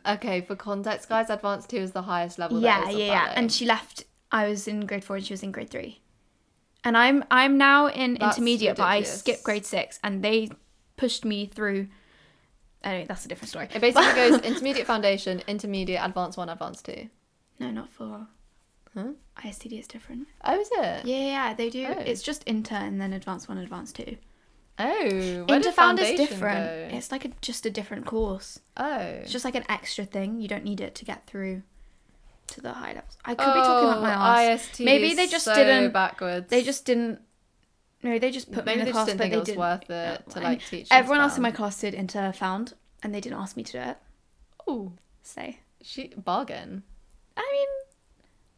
[SPEAKER 1] Okay, for context, guys, advanced two is the highest level.
[SPEAKER 3] yeah,
[SPEAKER 1] there is of
[SPEAKER 3] yeah, yeah.
[SPEAKER 1] ballet.
[SPEAKER 3] And she left. I was in grade four, and she was in grade three. And I'm I'm now in
[SPEAKER 1] That's
[SPEAKER 3] intermediate, but I
[SPEAKER 1] ridiculous.
[SPEAKER 3] skipped grade six, and they pushed me through. Anyway, that's a different story.
[SPEAKER 1] it basically goes intermediate foundation, intermediate, advanced one, advanced two.
[SPEAKER 3] No, not for.
[SPEAKER 1] Huh?
[SPEAKER 3] ISTD is different.
[SPEAKER 1] Oh, is it?
[SPEAKER 3] Yeah, yeah, yeah, they do.
[SPEAKER 1] Oh.
[SPEAKER 3] It's just inter and then advanced one, advanced two.
[SPEAKER 1] Oh, where did
[SPEAKER 3] Interfound is
[SPEAKER 1] foundation
[SPEAKER 3] different.
[SPEAKER 1] go?
[SPEAKER 3] It's like a, just a different course.
[SPEAKER 1] Oh.
[SPEAKER 3] It's just like an extra thing. You don't need it to get through to the high levels. I could be
[SPEAKER 1] Oh,
[SPEAKER 3] talking about my ass.
[SPEAKER 1] IST
[SPEAKER 3] Maybe
[SPEAKER 1] is
[SPEAKER 3] they just
[SPEAKER 1] so
[SPEAKER 3] didn't-
[SPEAKER 1] backwards.
[SPEAKER 3] They just didn't. No, they just put
[SPEAKER 1] maybe
[SPEAKER 3] me in
[SPEAKER 1] they
[SPEAKER 3] the
[SPEAKER 1] just
[SPEAKER 3] class,
[SPEAKER 1] didn't
[SPEAKER 3] but
[SPEAKER 1] think
[SPEAKER 3] they
[SPEAKER 1] it was
[SPEAKER 3] didn't.
[SPEAKER 1] worth it
[SPEAKER 3] Yeah,
[SPEAKER 1] to
[SPEAKER 3] and
[SPEAKER 1] like teach.
[SPEAKER 3] Everyone else in my class did interfound, and they didn't ask me to do it.
[SPEAKER 1] Oh,
[SPEAKER 3] So,
[SPEAKER 1] she bargain.
[SPEAKER 3] I mean,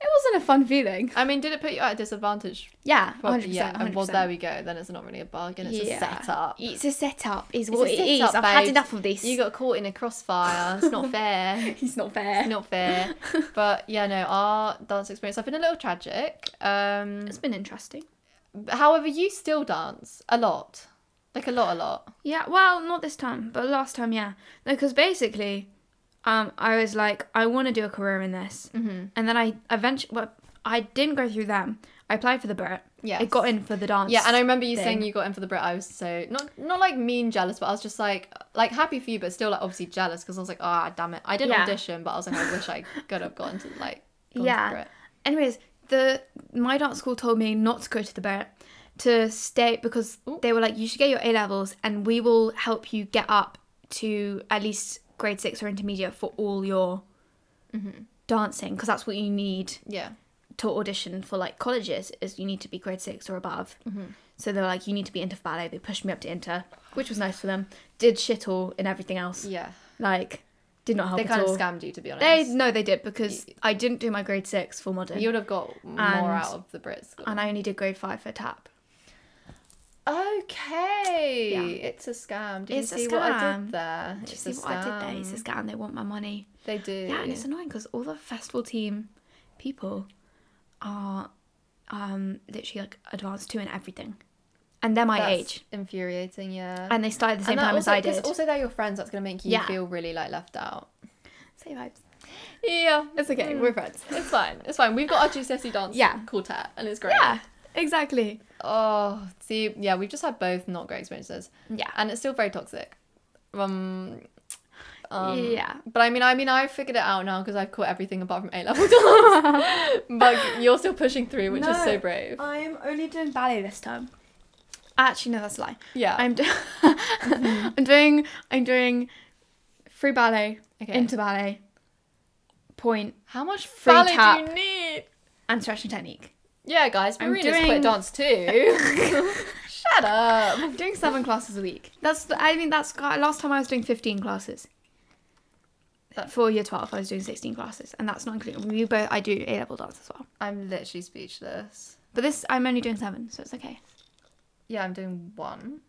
[SPEAKER 3] it wasn't a fun feeling.
[SPEAKER 1] I mean, did it put you at a disadvantage?
[SPEAKER 3] Yeah,
[SPEAKER 1] Prob-
[SPEAKER 3] 100%.
[SPEAKER 1] yeah. And well,
[SPEAKER 3] 100%.
[SPEAKER 1] there we go. Then it's not really a bargain. It's
[SPEAKER 3] Yeah.
[SPEAKER 1] a setup.
[SPEAKER 3] It's a setup, is
[SPEAKER 1] It's
[SPEAKER 3] what
[SPEAKER 1] a
[SPEAKER 3] it is.
[SPEAKER 1] setup,
[SPEAKER 3] I've had
[SPEAKER 1] babes.
[SPEAKER 3] enough of this.
[SPEAKER 1] You got caught in a crossfire. It's not fair.
[SPEAKER 3] He's not fair.
[SPEAKER 1] not fair. But yeah, no, our dance experience I've been a little tragic. Um
[SPEAKER 3] It's been interesting.
[SPEAKER 1] however you still dance a lot. Like a lot, a lot.
[SPEAKER 3] Yeah, well, not this time, but last time, yeah. No, because basically, um, I was like, I want to do a career in this,
[SPEAKER 1] Mm-hmm.
[SPEAKER 3] and then I eventually, well, I didn't go through them. I applied for the Brit.
[SPEAKER 1] Yeah.
[SPEAKER 3] I got in for the dance.
[SPEAKER 1] Yeah, and I remember you saying
[SPEAKER 3] thing.
[SPEAKER 1] you got in for the Brit. I was so not not like mean jealous, but I was just like like happy for you, but still like obviously jealous because I was like, ah, damn it, I did
[SPEAKER 3] Yeah.
[SPEAKER 1] audition, but I was like, I wish I could have gotten to like gone
[SPEAKER 3] Yeah.
[SPEAKER 1] To the Brit.
[SPEAKER 3] Anyways, the my dance school told me not to go to the Brit, to stay because
[SPEAKER 1] Ooh.
[SPEAKER 3] they were like, you should get your A levels, and we will help you get up to at least grade six or intermediate for all your
[SPEAKER 1] Mm-hmm.
[SPEAKER 3] dancing, because that's what you need
[SPEAKER 1] Yeah,
[SPEAKER 3] to audition for like colleges is you need to be grade six or above.
[SPEAKER 1] Mm-hmm.
[SPEAKER 3] So they're like, you need to be into ballet. They pushed me up to inter, which was nice for them. Did shit all and everything else.
[SPEAKER 1] yeah.
[SPEAKER 3] Like, did not help
[SPEAKER 1] They
[SPEAKER 3] at
[SPEAKER 1] kind
[SPEAKER 3] all.
[SPEAKER 1] of scammed you to be honest.
[SPEAKER 3] they no, they did because I didn't do my grade six for modern,
[SPEAKER 1] you would have got
[SPEAKER 3] And-
[SPEAKER 1] more out of the Brit school.
[SPEAKER 3] and I only did grade five for tap.
[SPEAKER 1] Okay.
[SPEAKER 3] Yeah.
[SPEAKER 1] It's a scam. Did
[SPEAKER 3] It's a
[SPEAKER 1] you see what I
[SPEAKER 3] scam.
[SPEAKER 1] did there?
[SPEAKER 3] Did you
[SPEAKER 1] It's
[SPEAKER 3] see
[SPEAKER 1] a
[SPEAKER 3] what I did there? It's
[SPEAKER 1] scam.
[SPEAKER 3] a scam. They want my money.
[SPEAKER 1] They do.
[SPEAKER 3] Yeah, and it's annoying because all the festival team people are um literally like advanced two in everything, and they're my
[SPEAKER 1] That's
[SPEAKER 3] age,
[SPEAKER 1] Infuriating, yeah.
[SPEAKER 3] and they started the same
[SPEAKER 1] And that
[SPEAKER 3] time as
[SPEAKER 1] also,
[SPEAKER 3] I
[SPEAKER 1] 'cause
[SPEAKER 3] did.
[SPEAKER 1] Also, they're your friends. That's gonna make you
[SPEAKER 3] Yeah.
[SPEAKER 1] feel really like left out.
[SPEAKER 3] Same vibes.
[SPEAKER 1] Yeah,
[SPEAKER 3] It's okay.
[SPEAKER 1] Mm.
[SPEAKER 3] We're friends.
[SPEAKER 1] it's fine. It's fine. We've got our GCSE dance.
[SPEAKER 3] Yeah.
[SPEAKER 1] quartet, and it's great.
[SPEAKER 3] Yeah, exactly.
[SPEAKER 1] Oh, see, yeah, we've just had both not great experiences,
[SPEAKER 3] Yeah.
[SPEAKER 1] and it's still very toxic. Um. um,
[SPEAKER 3] yeah.
[SPEAKER 1] But I mean, I mean, I figured it out now because I've caught everything apart from A level dance. but you're still pushing through, which is so
[SPEAKER 3] No.
[SPEAKER 1] brave.
[SPEAKER 3] I'm only doing ballet this Oh. time. Actually, no, that's a lie.
[SPEAKER 1] Yeah.
[SPEAKER 3] I'm, do- I'm doing I'm doing free ballet,
[SPEAKER 1] okay.
[SPEAKER 3] inter ballet, point,
[SPEAKER 1] How much
[SPEAKER 3] Free
[SPEAKER 1] ballet
[SPEAKER 3] tap.
[SPEAKER 1] do you need?
[SPEAKER 3] and stretching technique.
[SPEAKER 1] Yeah, guys,
[SPEAKER 3] I'm
[SPEAKER 1] Marina's
[SPEAKER 3] doing-
[SPEAKER 1] quit dance too. Shut up.
[SPEAKER 3] I'm doing seven classes a week. That's the, I mean that's got- last time I was doing 15 classes.
[SPEAKER 1] That-
[SPEAKER 3] For year 12, I was doing 16 classes, and that's not including we both. I do A level dance as well,
[SPEAKER 1] I'm literally speechless.
[SPEAKER 3] but this I'm only doing seven, so it's okay.
[SPEAKER 1] Yeah, I'm doing one.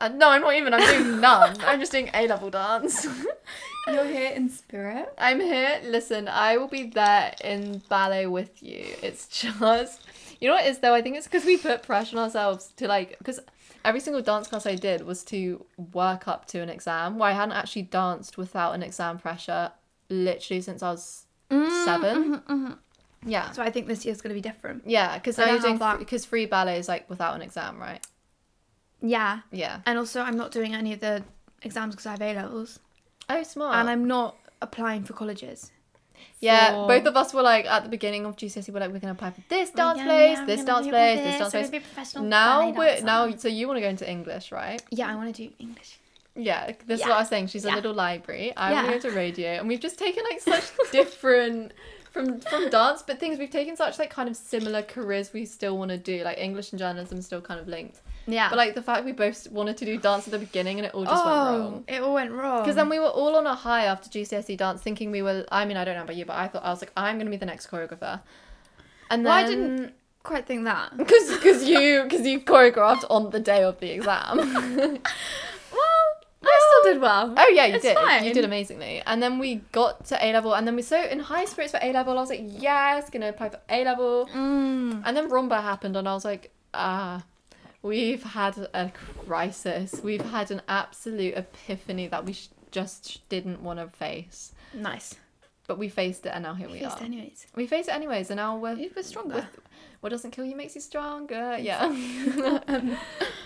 [SPEAKER 1] Uh, no, I'm not even. I'm doing none. I'm just doing A level dance.
[SPEAKER 3] You're here in spirit.
[SPEAKER 1] I'm here. Listen, I will be there in ballet with you. It's just, you know what it is though? I think it's because we put pressure on ourselves to like, because every single dance class I did was to work up to an exam where I hadn't actually danced without an exam pressure literally since I was seven.
[SPEAKER 3] Mm-hmm,
[SPEAKER 1] Yeah.
[SPEAKER 3] So I think this year's gonna be different.
[SPEAKER 1] Yeah, because
[SPEAKER 3] I
[SPEAKER 1] now
[SPEAKER 3] don't
[SPEAKER 1] you're doing
[SPEAKER 3] have that.
[SPEAKER 1] because free ballet is like without an exam, right?
[SPEAKER 3] Yeah.
[SPEAKER 1] Yeah.
[SPEAKER 3] And also, I'm not doing any of the exams because I have A levels,
[SPEAKER 1] Oh, smart.
[SPEAKER 3] and I'm not applying for colleges.
[SPEAKER 1] yeah,
[SPEAKER 3] for-
[SPEAKER 1] both of us were like at the beginning of GCSE, E, we're like we're gonna apply for this
[SPEAKER 3] Oh,
[SPEAKER 1] dance
[SPEAKER 3] yeah,
[SPEAKER 1] place,
[SPEAKER 3] yeah, I'm
[SPEAKER 1] this
[SPEAKER 3] gonna
[SPEAKER 1] dance
[SPEAKER 3] do
[SPEAKER 1] place,
[SPEAKER 3] all
[SPEAKER 1] this dance
[SPEAKER 3] I'm gonna
[SPEAKER 1] place.
[SPEAKER 3] be a professional
[SPEAKER 1] Now
[SPEAKER 3] ballet
[SPEAKER 1] we're
[SPEAKER 3] dancer.
[SPEAKER 1] now so you want to go into English, right?
[SPEAKER 3] Yeah, I want to do English.
[SPEAKER 1] Yeah, this is
[SPEAKER 3] Yeah.
[SPEAKER 1] what I was saying. She's
[SPEAKER 3] Yeah.
[SPEAKER 1] a little library. I
[SPEAKER 3] Yeah.
[SPEAKER 1] want to go to radio, and we've just taken like such different from from dance, but things we've taken such like kind of similar careers we still want to do. Like English and journalism still kind of linked.
[SPEAKER 3] Yeah.
[SPEAKER 1] But like the fact we both wanted to do dance at the beginning and it all just went wrong.
[SPEAKER 3] it all went wrong.
[SPEAKER 1] Because then we were all on a high after GCSE E dance, thinking we were. I mean, I don't know about you, but I thought I was like, I'm gonna be the next choreographer. And then
[SPEAKER 3] Well, I didn't quite think that. Well,
[SPEAKER 1] because because you because you choreographed on the day of the exam.
[SPEAKER 3] I still did well.
[SPEAKER 1] oh yeah, you
[SPEAKER 3] It's
[SPEAKER 1] did. You
[SPEAKER 3] fine.
[SPEAKER 1] did amazingly. And then we got to A level, and then we so in high spirits for A level. I was like, yes, gonna apply for A level.
[SPEAKER 3] Mm.
[SPEAKER 1] And then Rumba happened, and I was like, ah, we've had a crisis. We've had an absolute epiphany that we sh- just sh- didn't want to face.
[SPEAKER 3] Nice.
[SPEAKER 1] But we faced it, and now here we
[SPEAKER 3] Faced
[SPEAKER 1] are.
[SPEAKER 3] anyways.
[SPEAKER 1] we faced it anyways, and now we're
[SPEAKER 3] You were stronger.
[SPEAKER 1] with- what doesn't kill you makes you stronger. Yeah.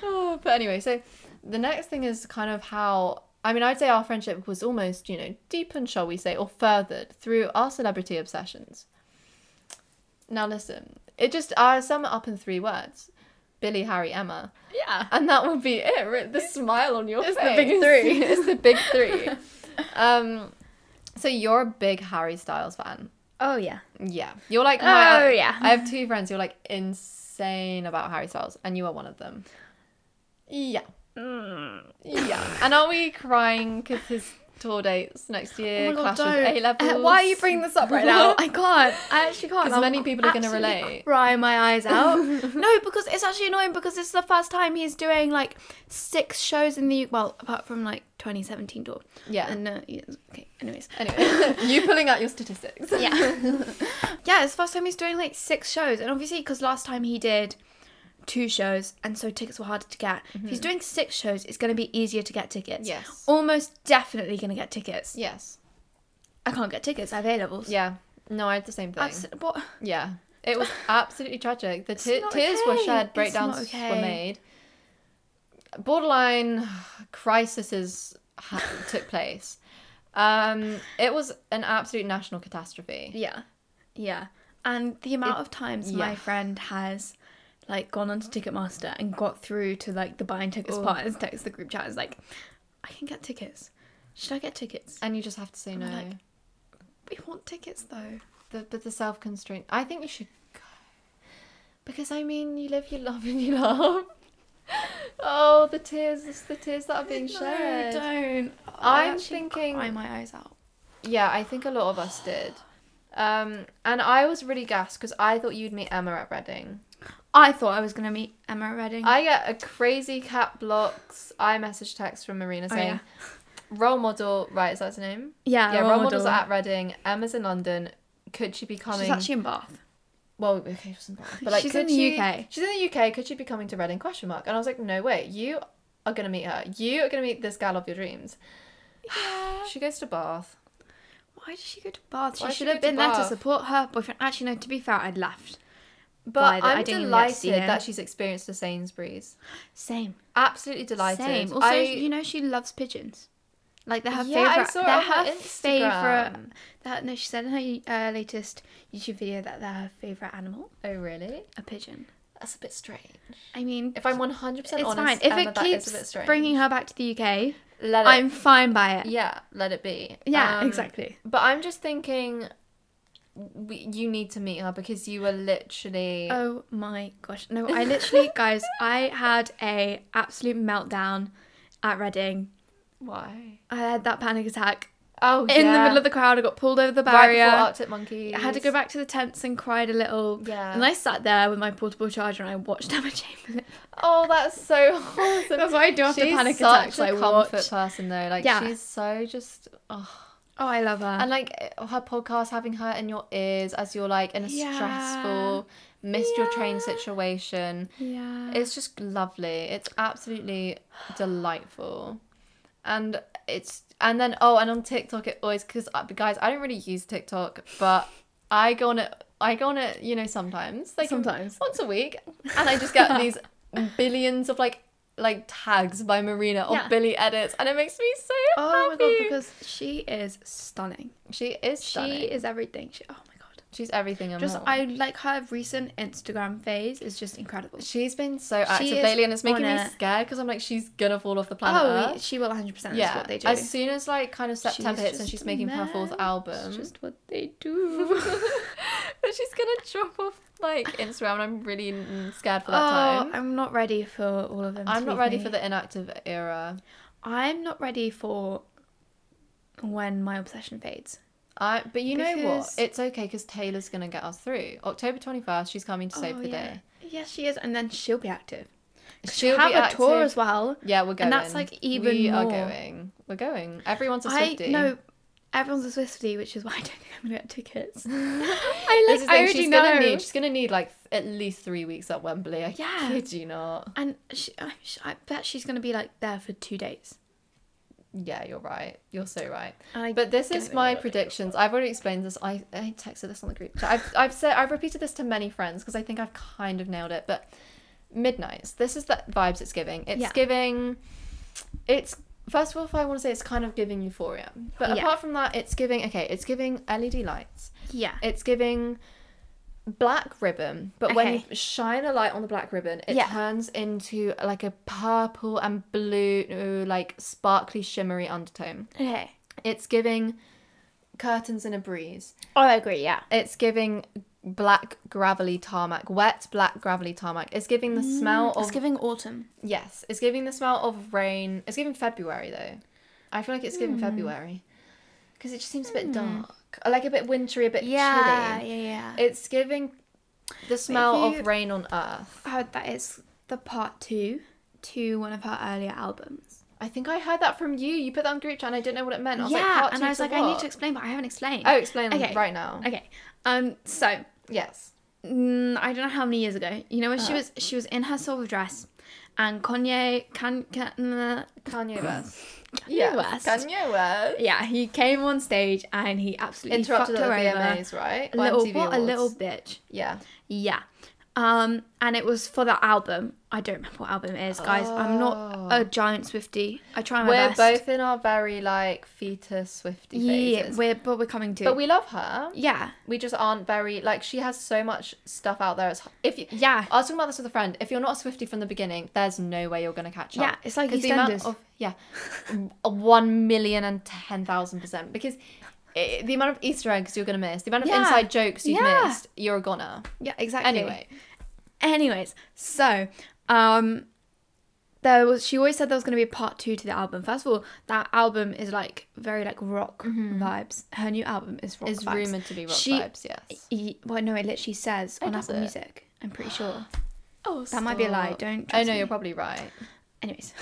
[SPEAKER 1] Oh, but anyway, so the next thing is kind of how I mean, I'd say our friendship was almost, you know, deepened, shall we say, or furthered through our celebrity obsessions. Now listen, it just I sum it up in three words: Billy, Harry, Emma,
[SPEAKER 3] yeah.
[SPEAKER 1] and that would be it. re- The smile on your
[SPEAKER 3] It's the
[SPEAKER 1] face.
[SPEAKER 3] big three.
[SPEAKER 1] it's the big three. Um, so you're a big Harry Styles fan.
[SPEAKER 3] Oh yeah.
[SPEAKER 1] Yeah, you're like my.
[SPEAKER 3] Oh, yeah.
[SPEAKER 1] I have two friends who are like insane about Harry Styles, and you are one of them. Yeah, Mm. yeah. and are we crying because his tour dates next year
[SPEAKER 3] Oh my god,
[SPEAKER 1] clash with
[SPEAKER 3] don't.
[SPEAKER 1] A levels?
[SPEAKER 3] Uh, why are you bringing this up right now? I can't. I actually can't.
[SPEAKER 1] 'Cause
[SPEAKER 3] I'll
[SPEAKER 1] many people are gonna
[SPEAKER 3] absolutely
[SPEAKER 1] relate.
[SPEAKER 3] Cry my eyes out. no, because it's actually annoying because this is the first time he's doing like six shows in the UK. Well, apart from like 2017 tour.
[SPEAKER 1] Yeah.
[SPEAKER 3] And no, yeah, okay. Anyways.
[SPEAKER 1] anyway, you pulling out your statistics.
[SPEAKER 3] Yeah. yeah, it's the first time he's doing like six shows, and obviously because last time he did two shows, and so tickets were harder to get. If he's doing six shows, it's going to be easier to get tickets.
[SPEAKER 1] Mm-hmm. Yes.
[SPEAKER 3] Almost definitely going to get tickets.
[SPEAKER 1] Yes.
[SPEAKER 3] I can't get tickets. I have A levels.
[SPEAKER 1] Yeah. No, I had the same thing.
[SPEAKER 3] That's what.
[SPEAKER 1] yeah. It was absolutely tragic. The te-
[SPEAKER 3] not
[SPEAKER 1] tears were
[SPEAKER 3] okay.
[SPEAKER 1] shed,
[SPEAKER 3] It's
[SPEAKER 1] breakdowns
[SPEAKER 3] not
[SPEAKER 1] were
[SPEAKER 3] okay.
[SPEAKER 1] made. Borderline crises ha- took place. Um, it was an absolute national catastrophe.
[SPEAKER 3] Yeah. Yeah. And the amount of times
[SPEAKER 1] yeah.
[SPEAKER 3] my friend has like gone onto Ticketmaster and got through to like the buying tickets
[SPEAKER 1] Oh.
[SPEAKER 3] part and texted the group chat is like, I can get tickets. Should I get tickets?
[SPEAKER 1] And you just have to say no.
[SPEAKER 3] like- We want tickets though.
[SPEAKER 1] The, but the self constraint. I think you should go. Because I mean, you live, you love, and you love. oh, the tears, the tears that are being shed.
[SPEAKER 3] don't.
[SPEAKER 1] I'm
[SPEAKER 3] actually
[SPEAKER 1] thinking-
[SPEAKER 3] Cry my eyes out.
[SPEAKER 1] Yeah, I think a lot of us did. Um, and I was really gassed because I thought you'd meet Emma at Reading.
[SPEAKER 3] I thought I was gonna meet Emma Redding.
[SPEAKER 1] I get a crazy cat blocks iMessage text from Marina
[SPEAKER 3] Oh, Uh,
[SPEAKER 1] saying, role model, right, is that her name?
[SPEAKER 3] yeah,
[SPEAKER 1] Yeah, role, models are at Reading. Emma's in London. Could she be coming?
[SPEAKER 3] She's actually in Bath.
[SPEAKER 1] well, okay, she was in Bath, but like,
[SPEAKER 3] She's
[SPEAKER 1] could
[SPEAKER 3] in the
[SPEAKER 1] she-
[SPEAKER 3] UK.
[SPEAKER 1] She's in the UK. Could she be coming to Reading? Question mark. And I was like, no way. You are gonna meet her. You are gonna meet this gal of your dreams.
[SPEAKER 3] Yeah.
[SPEAKER 1] She goes to Bath.
[SPEAKER 3] Why did she go to Bath? She
[SPEAKER 1] Why did
[SPEAKER 3] should
[SPEAKER 1] she
[SPEAKER 3] have
[SPEAKER 1] go to
[SPEAKER 3] been there to
[SPEAKER 1] Bath?
[SPEAKER 3] support her boyfriend. Actually, no. To be fair, I'd left.
[SPEAKER 1] But
[SPEAKER 3] that I
[SPEAKER 1] I'm
[SPEAKER 3] didn't even get to see
[SPEAKER 1] delighted
[SPEAKER 3] her.
[SPEAKER 1] that she's experienced a Sainsbury's.
[SPEAKER 3] Same.
[SPEAKER 1] Absolutely delighted.
[SPEAKER 3] Same. Also,
[SPEAKER 1] I-
[SPEAKER 3] you know she loves pigeons. Like they're her
[SPEAKER 1] Yeah, I
[SPEAKER 3] favorite.
[SPEAKER 1] saw it
[SPEAKER 3] they're
[SPEAKER 1] on her
[SPEAKER 3] her
[SPEAKER 1] Instagram.
[SPEAKER 3] favorite. That no, she said in her uh, latest YouTube video that they're her favorite animal,
[SPEAKER 1] oh really?
[SPEAKER 3] a pigeon.
[SPEAKER 1] That's a bit strange.
[SPEAKER 3] I mean,
[SPEAKER 1] If I'm 100
[SPEAKER 3] it's
[SPEAKER 1] percent honest,
[SPEAKER 3] fine. If
[SPEAKER 1] Emma,
[SPEAKER 3] it
[SPEAKER 1] that is a bit
[SPEAKER 3] keeps
[SPEAKER 1] strange.
[SPEAKER 3] bringing her back to the UK,
[SPEAKER 1] let it,
[SPEAKER 3] I'm fine by it.
[SPEAKER 1] yeah, let it be.
[SPEAKER 3] Yeah,
[SPEAKER 1] Um,
[SPEAKER 3] exactly.
[SPEAKER 1] But I'm just thinking, we, you need to meet her because you were literally.
[SPEAKER 3] Oh my gosh. No, I literally, guys, I had a absolute meltdown at Reading.
[SPEAKER 1] Why?
[SPEAKER 3] I had that panic attack
[SPEAKER 1] Oh,
[SPEAKER 3] in the
[SPEAKER 1] yeah.
[SPEAKER 3] middle of the crowd. I got pulled over the
[SPEAKER 1] right
[SPEAKER 3] barrier.
[SPEAKER 1] before Arctic Monkeys.
[SPEAKER 3] I had to go back to the tents and cried a little.
[SPEAKER 1] Yeah.
[SPEAKER 3] And I sat there with my portable charger and I watched Emma Chamberlain.
[SPEAKER 1] Oh, that's so awesome.
[SPEAKER 3] That's why I do after
[SPEAKER 1] she's
[SPEAKER 3] panic
[SPEAKER 1] such
[SPEAKER 3] attacks.
[SPEAKER 1] a
[SPEAKER 3] I
[SPEAKER 1] comfort
[SPEAKER 3] watch.
[SPEAKER 1] person though. Like
[SPEAKER 3] Yeah.
[SPEAKER 1] she's so just. Oh.
[SPEAKER 3] Oh, I love her.
[SPEAKER 1] And like eh, her podcast, having her in your ears as you're like in a
[SPEAKER 3] Yeah.
[SPEAKER 1] stressful, missed your train
[SPEAKER 3] Yeah. Mm.
[SPEAKER 1] situation.
[SPEAKER 3] yeah.
[SPEAKER 1] It's just lovely. It's absolutely delightful, and it's and then oh, and on TikTok it always because guys, I don't really use TikTok, but I go on it. I go on it, you know, sometimes like
[SPEAKER 3] Sometimes.
[SPEAKER 1] once a week, and I just get these billions of like like tags by Marina or
[SPEAKER 3] Yeah.
[SPEAKER 1] Billy edits, and it makes me so
[SPEAKER 3] oh my
[SPEAKER 1] happy.
[SPEAKER 3] god, because she is stunning.
[SPEAKER 1] she is stunning.
[SPEAKER 3] She is everything. She, oh my god.
[SPEAKER 1] She's everything and
[SPEAKER 3] Just
[SPEAKER 1] more.
[SPEAKER 3] I like her recent Instagram phase is just incredible.
[SPEAKER 1] She's been so active
[SPEAKER 3] is
[SPEAKER 1] lately, and it's making
[SPEAKER 3] on
[SPEAKER 1] me
[SPEAKER 3] it.
[SPEAKER 1] scared because I'm like, she's gonna fall off the planet.
[SPEAKER 3] Oh,
[SPEAKER 1] Earth.
[SPEAKER 3] she will 100%. That's
[SPEAKER 1] yeah.
[SPEAKER 3] what they do.
[SPEAKER 1] As soon as like kind of September
[SPEAKER 3] She's
[SPEAKER 1] hits and
[SPEAKER 3] just
[SPEAKER 1] she's
[SPEAKER 3] a
[SPEAKER 1] making her fourth
[SPEAKER 3] mess.
[SPEAKER 1] album,
[SPEAKER 3] It's just what they do.
[SPEAKER 1] but she's gonna drop off like Instagram. and I'm really mm, scared for
[SPEAKER 3] oh,
[SPEAKER 1] that time.
[SPEAKER 3] I'm not ready for all of them. to
[SPEAKER 1] I'm not
[SPEAKER 3] leave
[SPEAKER 1] ready
[SPEAKER 3] me.
[SPEAKER 1] for the inactive era.
[SPEAKER 3] I'm not ready for when my obsession fades.
[SPEAKER 1] I, but you know what?
[SPEAKER 3] Because-
[SPEAKER 1] It's okay because Taylor's gonna get us through. October 21st, she's coming to save the
[SPEAKER 3] Oh, yeah.
[SPEAKER 1] day.
[SPEAKER 3] Yes, she is, and then she'll be active. 'Cause
[SPEAKER 1] She'll
[SPEAKER 3] have
[SPEAKER 1] be
[SPEAKER 3] a
[SPEAKER 1] active.
[SPEAKER 3] tour as well.
[SPEAKER 1] Yeah, we're going.
[SPEAKER 3] And that's, like, even
[SPEAKER 1] we are
[SPEAKER 3] more.
[SPEAKER 1] going. We're going. Everyone's a
[SPEAKER 3] I
[SPEAKER 1] Swifty.
[SPEAKER 3] no, everyone's a Swifty, which is why I don't think I'm gonna get tickets.
[SPEAKER 1] I
[SPEAKER 3] like- I already
[SPEAKER 1] she's
[SPEAKER 3] know.
[SPEAKER 1] Gonna need, she's gonna need like at least three weeks at Wembley. I
[SPEAKER 3] Yeah.
[SPEAKER 1] kid you not.
[SPEAKER 3] And she, I, sh I bet she's gonna be like there for two days.
[SPEAKER 1] Yeah, you're right. You're so right.
[SPEAKER 3] And I
[SPEAKER 1] But this
[SPEAKER 3] don't
[SPEAKER 1] is
[SPEAKER 3] think
[SPEAKER 1] my
[SPEAKER 3] I'll do it.
[SPEAKER 1] predictions. I've already explained this. I, I texted this on the group chat. I've, I've said I've repeated this to many friends because I think I've kind of nailed it. But midnights. This is the vibes it's giving. It's
[SPEAKER 3] Yeah.
[SPEAKER 1] giving. It's first of all, if I want to say it's kind of giving euphoria. But
[SPEAKER 3] Yeah.
[SPEAKER 1] apart from that, it's giving. Okay, it's giving LED lights.
[SPEAKER 3] Yeah.
[SPEAKER 1] It's giving black ribbon, but when
[SPEAKER 3] Okay.
[SPEAKER 1] you shine a light on the black ribbon, it
[SPEAKER 3] Yeah.
[SPEAKER 1] turns into like a purple and blue, like sparkly, shimmery undertone.
[SPEAKER 3] Okay.
[SPEAKER 1] It's giving curtains in a breeze.
[SPEAKER 3] Oh, I agree. Yeah.
[SPEAKER 1] It's giving black gravelly tarmac, wet black gravelly tarmac. It's giving the smell
[SPEAKER 3] Mm, It's
[SPEAKER 1] of
[SPEAKER 3] giving autumn.
[SPEAKER 1] yes. It's giving the smell of rain. It's giving February though. I feel like it's
[SPEAKER 3] Hmm.
[SPEAKER 1] giving February because it just seems a bit dark, like a bit wintry, a bit chilly.
[SPEAKER 3] yeah, yeah.
[SPEAKER 1] It's giving the smell
[SPEAKER 3] you-
[SPEAKER 1] of rain on earth.
[SPEAKER 3] I heard that it's the part two to one of her earlier albums.
[SPEAKER 1] I think I heard that from you. You put that on group chat and I didn't know what it meant. I was
[SPEAKER 3] yeah,
[SPEAKER 1] like, part
[SPEAKER 3] and
[SPEAKER 1] two
[SPEAKER 3] I was
[SPEAKER 1] to
[SPEAKER 3] like, I
[SPEAKER 1] what?
[SPEAKER 3] need to explain, but I haven't explained.
[SPEAKER 1] Oh, explain
[SPEAKER 3] Okay.
[SPEAKER 1] right now.
[SPEAKER 3] Okay. Um. So,
[SPEAKER 1] Yes.
[SPEAKER 3] mm, I don't know how many years ago. You know when
[SPEAKER 1] Uh.
[SPEAKER 3] she was she was in her silver dress, and Kanye can can. uh,
[SPEAKER 1] Kanye West.
[SPEAKER 3] Kanye West.
[SPEAKER 1] Kanye West.
[SPEAKER 3] yeah, he came on stage and he absolutely
[SPEAKER 1] Interrupted
[SPEAKER 3] fucked
[SPEAKER 1] at the
[SPEAKER 3] her over.
[SPEAKER 1] VMAs, right?
[SPEAKER 3] A
[SPEAKER 1] Or
[SPEAKER 3] little,
[SPEAKER 1] MTV
[SPEAKER 3] what a
[SPEAKER 1] Awards.
[SPEAKER 3] little bitch.
[SPEAKER 1] Yeah.
[SPEAKER 3] Yeah. Um, and it was for the album. I don't remember what album it is, guys. I'm not a giant Swifty. I try my
[SPEAKER 1] Oh. We're
[SPEAKER 3] best.
[SPEAKER 1] both in our very like fetus swifty
[SPEAKER 3] yeah,
[SPEAKER 1] phases.
[SPEAKER 3] we're but we're coming to.
[SPEAKER 1] but we love her.
[SPEAKER 3] yeah,
[SPEAKER 1] We just aren't very like she has so much stuff out there. It's, if you,
[SPEAKER 3] yeah,
[SPEAKER 1] I was talking about this with a friend. If you're not a Swifty from the beginning, there's no way you're gonna catch up.
[SPEAKER 3] yeah. It's like
[SPEAKER 1] because the amount
[SPEAKER 3] EastEnders.
[SPEAKER 1] of yeah, one million and ten thousand percent because i the amount of Easter eggs you're gonna miss, the amount of
[SPEAKER 3] Yeah.
[SPEAKER 1] inside jokes you've
[SPEAKER 3] Yeah.
[SPEAKER 1] missed, you're a goner.
[SPEAKER 3] yeah, exactly.
[SPEAKER 1] Anyway,
[SPEAKER 3] anyways, so um, there was. She always said there was going to be a part two to the album. First of all, that album is like very like rock vibes. Her new album is rock
[SPEAKER 1] is
[SPEAKER 3] vibes.
[SPEAKER 1] Mm-hmm. rumored to be rock
[SPEAKER 3] She-
[SPEAKER 1] vibes. Yes.
[SPEAKER 3] E- well, no, it literally says on
[SPEAKER 1] does
[SPEAKER 3] Apple
[SPEAKER 1] it?
[SPEAKER 3] Music. I'm pretty sure.
[SPEAKER 1] Oh,
[SPEAKER 3] That might be a lie. Don't.
[SPEAKER 1] I
[SPEAKER 3] trust
[SPEAKER 1] know
[SPEAKER 3] me.
[SPEAKER 1] you're Mm-hmm. probably right.
[SPEAKER 3] Anyways,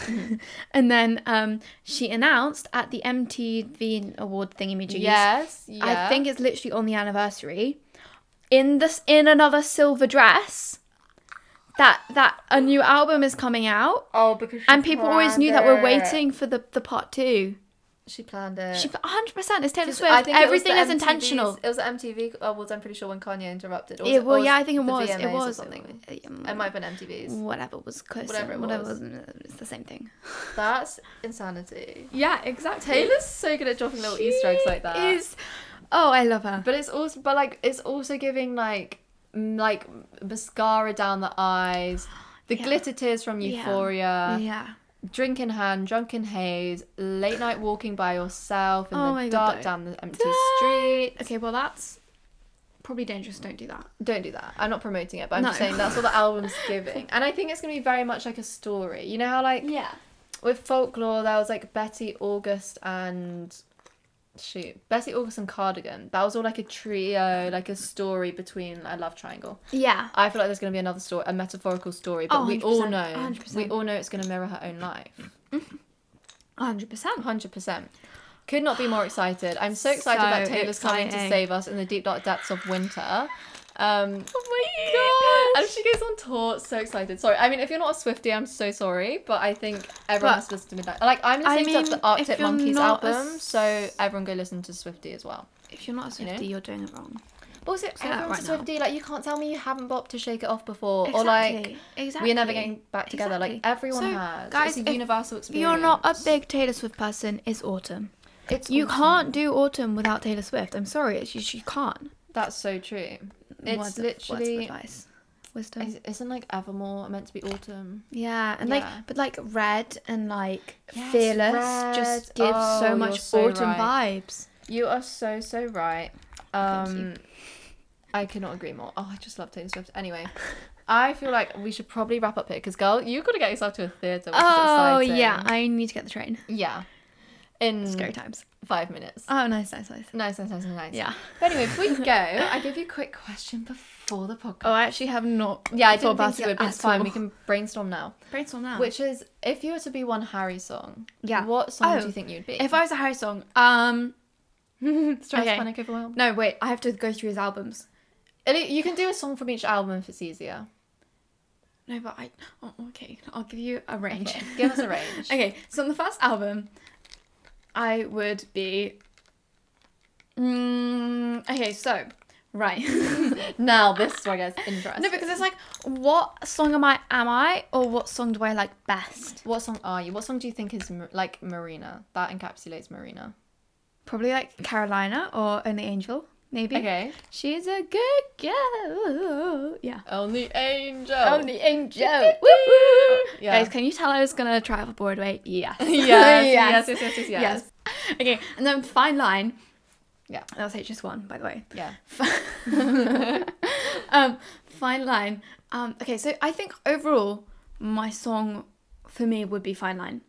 [SPEAKER 3] and then um, she announced at the MTV award thingy
[SPEAKER 1] Yes. Yeah.
[SPEAKER 3] I think it's literally on the anniversary, in this in another silver dress, that that a new album is coming out,
[SPEAKER 1] Oh, because she
[SPEAKER 3] and people always knew that we're waiting for the the part two.
[SPEAKER 1] She planned it.
[SPEAKER 3] She 100 percent it's Taylor
[SPEAKER 1] Because
[SPEAKER 3] Swift.
[SPEAKER 1] I think it was
[SPEAKER 3] Everything
[SPEAKER 1] the
[SPEAKER 3] is intentional.
[SPEAKER 1] MTV's It was the MTV Awards. oh, I'm pretty sure when Kanye interrupted. Or was
[SPEAKER 3] Yeah, well,
[SPEAKER 1] or
[SPEAKER 3] yeah, I think it
[SPEAKER 1] the
[SPEAKER 3] was. It
[SPEAKER 1] VMAs or
[SPEAKER 3] was.
[SPEAKER 1] something.
[SPEAKER 3] It
[SPEAKER 1] It might have been MTV's.
[SPEAKER 3] Whatever was close.
[SPEAKER 1] Whatever
[SPEAKER 3] Whatever
[SPEAKER 1] it
[SPEAKER 3] whatever
[SPEAKER 1] was.
[SPEAKER 3] was. It's the same thing.
[SPEAKER 1] Mm. That's insanity.
[SPEAKER 3] Yeah, exactly.
[SPEAKER 1] Taylor's so good at dropping little Easter eggs like that.
[SPEAKER 3] Is oh, I love her.
[SPEAKER 1] But it's also, but like, it's also giving like, m- like mascara down the eyes, the
[SPEAKER 3] Yeah.
[SPEAKER 1] glitter tears from
[SPEAKER 3] Yeah.
[SPEAKER 1] Euphoria,
[SPEAKER 3] yeah.
[SPEAKER 1] drink in hand, drunk in haze, late night walking by yourself in
[SPEAKER 3] Oh my
[SPEAKER 1] the
[SPEAKER 3] God,
[SPEAKER 1] dark
[SPEAKER 3] don't-
[SPEAKER 1] down the empty
[SPEAKER 3] Don't.
[SPEAKER 1] street.
[SPEAKER 3] Okay, well that's probably dangerous. Don't do that.
[SPEAKER 1] Don't do that. I'm not promoting it, but I'm just
[SPEAKER 3] No.
[SPEAKER 1] saying that's what the album's giving. And I think it's gonna be very much like a story. You know how like
[SPEAKER 3] Yeah.
[SPEAKER 1] with folklore there was like Betty August and shoot Betty August and Cardigan. That was all like a trio, like a story between a love triangle.
[SPEAKER 3] Yeah.
[SPEAKER 1] I feel like there's going to be another story, a metaphorical story, but
[SPEAKER 3] Oh,
[SPEAKER 1] we all
[SPEAKER 3] 100%,
[SPEAKER 1] know,
[SPEAKER 3] 100%.
[SPEAKER 1] we all know it's going to mirror her own life.
[SPEAKER 3] hundred percent.
[SPEAKER 1] Hundred percent. Could not be more excited. I'm so excited
[SPEAKER 3] So
[SPEAKER 1] that Taylor's coming to
[SPEAKER 3] exciting.
[SPEAKER 1] save us in the deep dark depths of winter. Um,
[SPEAKER 3] Oh
[SPEAKER 1] and she goes on tour. So excited. Sorry. I mean, if you're not a Swifty, I'm so sorry, but I think everyone
[SPEAKER 3] But-
[SPEAKER 1] has to listen to Midnight. Like I'm
[SPEAKER 3] I
[SPEAKER 1] listening to
[SPEAKER 3] mean,
[SPEAKER 1] the Arctic
[SPEAKER 3] if you're
[SPEAKER 1] Monkeys
[SPEAKER 3] not a
[SPEAKER 1] album,
[SPEAKER 3] s-
[SPEAKER 1] so everyone go listen to Swifty as well.
[SPEAKER 3] If you're not a
[SPEAKER 1] know?
[SPEAKER 3] Swifty, you are doing it wrong.
[SPEAKER 1] But also,
[SPEAKER 3] that
[SPEAKER 1] everyone's
[SPEAKER 3] right
[SPEAKER 1] a
[SPEAKER 3] now.
[SPEAKER 1] Swifty. Like you can't tell me you haven't bopped to Shake It Off before, or like
[SPEAKER 3] exactly.
[SPEAKER 1] We're never getting back together. Like
[SPEAKER 3] Exactly.
[SPEAKER 1] everyone
[SPEAKER 3] So,
[SPEAKER 1] has.
[SPEAKER 3] guys,
[SPEAKER 1] it's
[SPEAKER 3] if
[SPEAKER 1] a universal
[SPEAKER 3] If
[SPEAKER 1] experience.
[SPEAKER 3] You're not a big Taylor Swift person. It's autumn.
[SPEAKER 1] It's
[SPEAKER 3] You
[SPEAKER 1] awesome.
[SPEAKER 3] can't do autumn without Taylor Swift. I'm sorry, it's just you can't.
[SPEAKER 1] That's so true. It's
[SPEAKER 3] words of-
[SPEAKER 1] literally-
[SPEAKER 3] words of advice. Wisdom.
[SPEAKER 1] Is, isn't like Evermore meant to be autumn?
[SPEAKER 3] Yeah, and
[SPEAKER 1] Yeah.
[SPEAKER 3] like, but like red and like
[SPEAKER 1] Yes,
[SPEAKER 3] fearless
[SPEAKER 1] red.
[SPEAKER 3] just gives
[SPEAKER 1] Oh,
[SPEAKER 3] so
[SPEAKER 1] you're
[SPEAKER 3] much
[SPEAKER 1] so
[SPEAKER 3] autumn vibes.
[SPEAKER 1] You are so so right.
[SPEAKER 3] Thank you.
[SPEAKER 1] Um, I cannot agree more. Oh, I just love Taylor Swift. Anyway, I feel like we should probably wrap up here because, girl, you got to get yourself to a theatre. Which
[SPEAKER 3] Oh
[SPEAKER 1] is exciting. Mm.
[SPEAKER 3] yeah, I need to get the train.
[SPEAKER 1] yeah. In
[SPEAKER 3] Scary times.
[SPEAKER 1] five minutes.
[SPEAKER 3] Oh nice, nice, nice.
[SPEAKER 1] nice, nice, nice, nice. nice.
[SPEAKER 3] Yeah.
[SPEAKER 1] But anyway, before you go, I give you a quick question before the podcast.
[SPEAKER 3] Oh, I actually have not.
[SPEAKER 1] yeah, I
[SPEAKER 3] thought
[SPEAKER 1] didn't
[SPEAKER 3] about
[SPEAKER 1] think you would,
[SPEAKER 3] it
[SPEAKER 1] but it's
[SPEAKER 3] at
[SPEAKER 1] fine.
[SPEAKER 3] all.
[SPEAKER 1] We can brainstorm now.
[SPEAKER 3] brainstorm now. Which
[SPEAKER 1] Which is, if you were to be one Harry song,
[SPEAKER 3] Ah. Yeah.
[SPEAKER 1] what song do
[SPEAKER 3] Oh.
[SPEAKER 1] you think you'd be?
[SPEAKER 3] if I was a Harry song, um,
[SPEAKER 1] Stress,
[SPEAKER 3] okay.
[SPEAKER 1] Panic, Overwhelm.
[SPEAKER 3] no wait, I have to go through his albums.
[SPEAKER 1] Ellie, You can do a song from each album if it's easier.
[SPEAKER 3] No, but I. Oh, okay, I'll give you a range.
[SPEAKER 1] Okay, give us a range.
[SPEAKER 3] okay, so on the first album, I would be. Mm, okay, so right.
[SPEAKER 1] Now this is where it gets interesting.
[SPEAKER 3] No, because it's like, what song am I? Am I, or what song do I like best?
[SPEAKER 1] what song are you? What song do you think is Mar- like Marina? That encapsulates Marina.
[SPEAKER 3] Probably like Carolina or Only Angel, maybe.
[SPEAKER 1] Okay.
[SPEAKER 3] She's a good girl. Yeah.
[SPEAKER 1] Only Angel.
[SPEAKER 3] Only Angel. Woo woo.
[SPEAKER 1] Oh. Yeah.
[SPEAKER 3] Guys, can you tell I was gonna try for Broadway? Yes.
[SPEAKER 1] yes, yes, yes, yes, yes, yes.
[SPEAKER 3] Yes. Okay, and then Fine Line.
[SPEAKER 1] Yeah.
[SPEAKER 3] That was HS1, by the way.
[SPEAKER 1] Yeah.
[SPEAKER 3] um, fine line. Um, okay, so I think overall, my song for me would be fine line.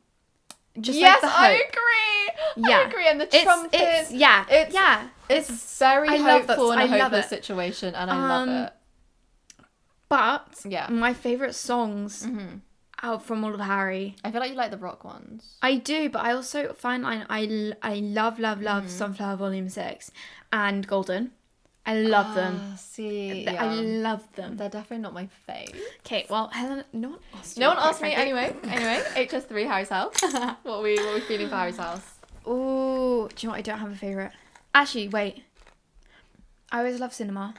[SPEAKER 3] Just
[SPEAKER 1] yes,
[SPEAKER 3] like the
[SPEAKER 1] I
[SPEAKER 3] hope.
[SPEAKER 1] agree. I
[SPEAKER 3] Yeah.
[SPEAKER 1] agree. And the
[SPEAKER 3] It's,
[SPEAKER 1] trumpet.
[SPEAKER 3] it's yeah,
[SPEAKER 1] it's-
[SPEAKER 3] yeah.
[SPEAKER 1] it's very
[SPEAKER 3] I love
[SPEAKER 1] hopeful
[SPEAKER 3] this.
[SPEAKER 1] in a
[SPEAKER 3] I love
[SPEAKER 1] hopeless
[SPEAKER 3] it.
[SPEAKER 1] situation, and I
[SPEAKER 3] Um,
[SPEAKER 1] love it.
[SPEAKER 3] But
[SPEAKER 1] Yeah.
[SPEAKER 3] my favorite songs
[SPEAKER 1] hmm
[SPEAKER 3] out from all of Harry.
[SPEAKER 1] I feel like you like the rock ones.
[SPEAKER 3] I do, but I also fine line. I l- I love love love
[SPEAKER 1] Mm-hmm.
[SPEAKER 3] Sunflower Volume Six, and Golden. I love them.
[SPEAKER 1] Ah, See,
[SPEAKER 3] Th-
[SPEAKER 1] yeah.
[SPEAKER 3] I love them.
[SPEAKER 1] they're definitely not my fave.
[SPEAKER 3] Okay, well, Helen, no one asked.
[SPEAKER 1] No
[SPEAKER 3] you,
[SPEAKER 1] one
[SPEAKER 3] quite
[SPEAKER 1] asked me
[SPEAKER 3] frankly.
[SPEAKER 1] anyway. Anyway, HS3 Harry's house. what we what we feeling for Harry's house?
[SPEAKER 3] Ooh, do you know what? I don't have a favorite. Actually, wait. I always love cinema.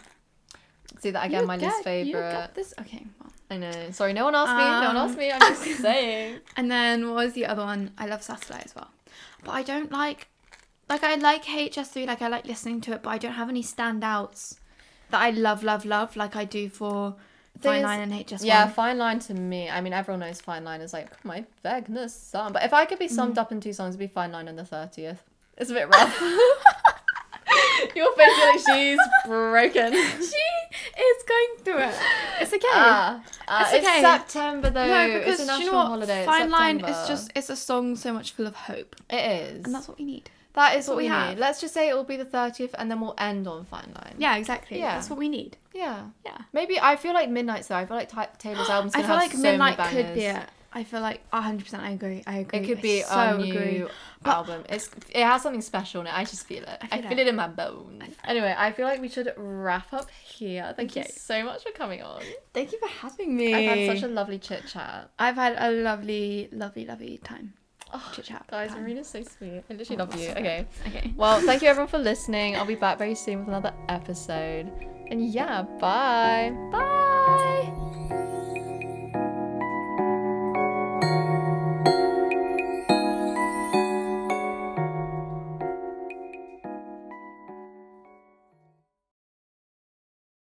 [SPEAKER 1] See that again,
[SPEAKER 3] You
[SPEAKER 1] my
[SPEAKER 3] get-
[SPEAKER 1] least
[SPEAKER 3] You
[SPEAKER 1] favorite.
[SPEAKER 3] got this. Okay. Well.
[SPEAKER 1] I know. Sorry, no one asked me. No one asked
[SPEAKER 3] Um,
[SPEAKER 1] me. I'm just saying.
[SPEAKER 3] And then what was the other one? I love Satellite as well, but I don't like. Like I like HS3. Like I like listening to it, but I don't have any standouts that I love, love, love. Like I do for
[SPEAKER 1] Thing
[SPEAKER 3] Fine
[SPEAKER 1] is-
[SPEAKER 3] Line and HS1.
[SPEAKER 1] yeah, Fine Line to me. I mean, everyone knows Fine Line is like oh my vagueness song. But if I could be summed
[SPEAKER 3] Mm.
[SPEAKER 1] up in two songs, it'd be Fine Line and the 30th. It's a bit rough. Your face is like she's broken.
[SPEAKER 3] she is going through it. It's okay.
[SPEAKER 1] Ah, ah,
[SPEAKER 3] It's
[SPEAKER 1] it's,
[SPEAKER 3] okay.
[SPEAKER 1] September though.
[SPEAKER 3] no, because
[SPEAKER 1] it's a
[SPEAKER 3] do you
[SPEAKER 1] national
[SPEAKER 3] know what?
[SPEAKER 1] holiday. It's
[SPEAKER 3] Fine Line is
[SPEAKER 1] September.
[SPEAKER 3] just it's a song so much full of hope,
[SPEAKER 1] It is.
[SPEAKER 3] and that's what we need.
[SPEAKER 1] that is what, we,
[SPEAKER 3] we have.
[SPEAKER 1] need. Let's just say it will be the 30th and then we'll end on Fine Line.
[SPEAKER 3] Yeah, exactly.
[SPEAKER 1] Mm. Yeah.
[SPEAKER 3] That's what we need.
[SPEAKER 1] Yeah.
[SPEAKER 3] Yeah.
[SPEAKER 1] Maybe I feel like Midnight's though. I feel like Ty- Taylor's album's
[SPEAKER 3] I
[SPEAKER 1] gonna
[SPEAKER 3] feel
[SPEAKER 1] have
[SPEAKER 3] like
[SPEAKER 1] so
[SPEAKER 3] Midnight
[SPEAKER 1] many bangers.
[SPEAKER 3] could be it. I feel like 100% I agree. I agree.
[SPEAKER 1] It could
[SPEAKER 3] I
[SPEAKER 1] be
[SPEAKER 3] so
[SPEAKER 1] our new
[SPEAKER 3] agree. But-
[SPEAKER 1] album. It's it has something special in it. I just feel it. I feel,
[SPEAKER 3] feel
[SPEAKER 1] it. in my bones. Anyway, I feel like we should wrap up here. Thank you
[SPEAKER 3] Okay.
[SPEAKER 1] so much for coming on.
[SPEAKER 3] Thank you for having me.
[SPEAKER 1] I've had such a lovely chit chat.
[SPEAKER 3] I've had a lovely, lovely, lovely time.
[SPEAKER 1] Oh,
[SPEAKER 3] Chit chat.
[SPEAKER 1] Guys,
[SPEAKER 3] time.
[SPEAKER 1] Marina's so sweet. I literally
[SPEAKER 3] Oh,
[SPEAKER 1] love you.
[SPEAKER 3] sorry.
[SPEAKER 1] Okay.
[SPEAKER 3] Okay.
[SPEAKER 1] Well, thank you everyone for listening. I'll be back very soon with another episode. And yeah, bye.
[SPEAKER 3] Bye.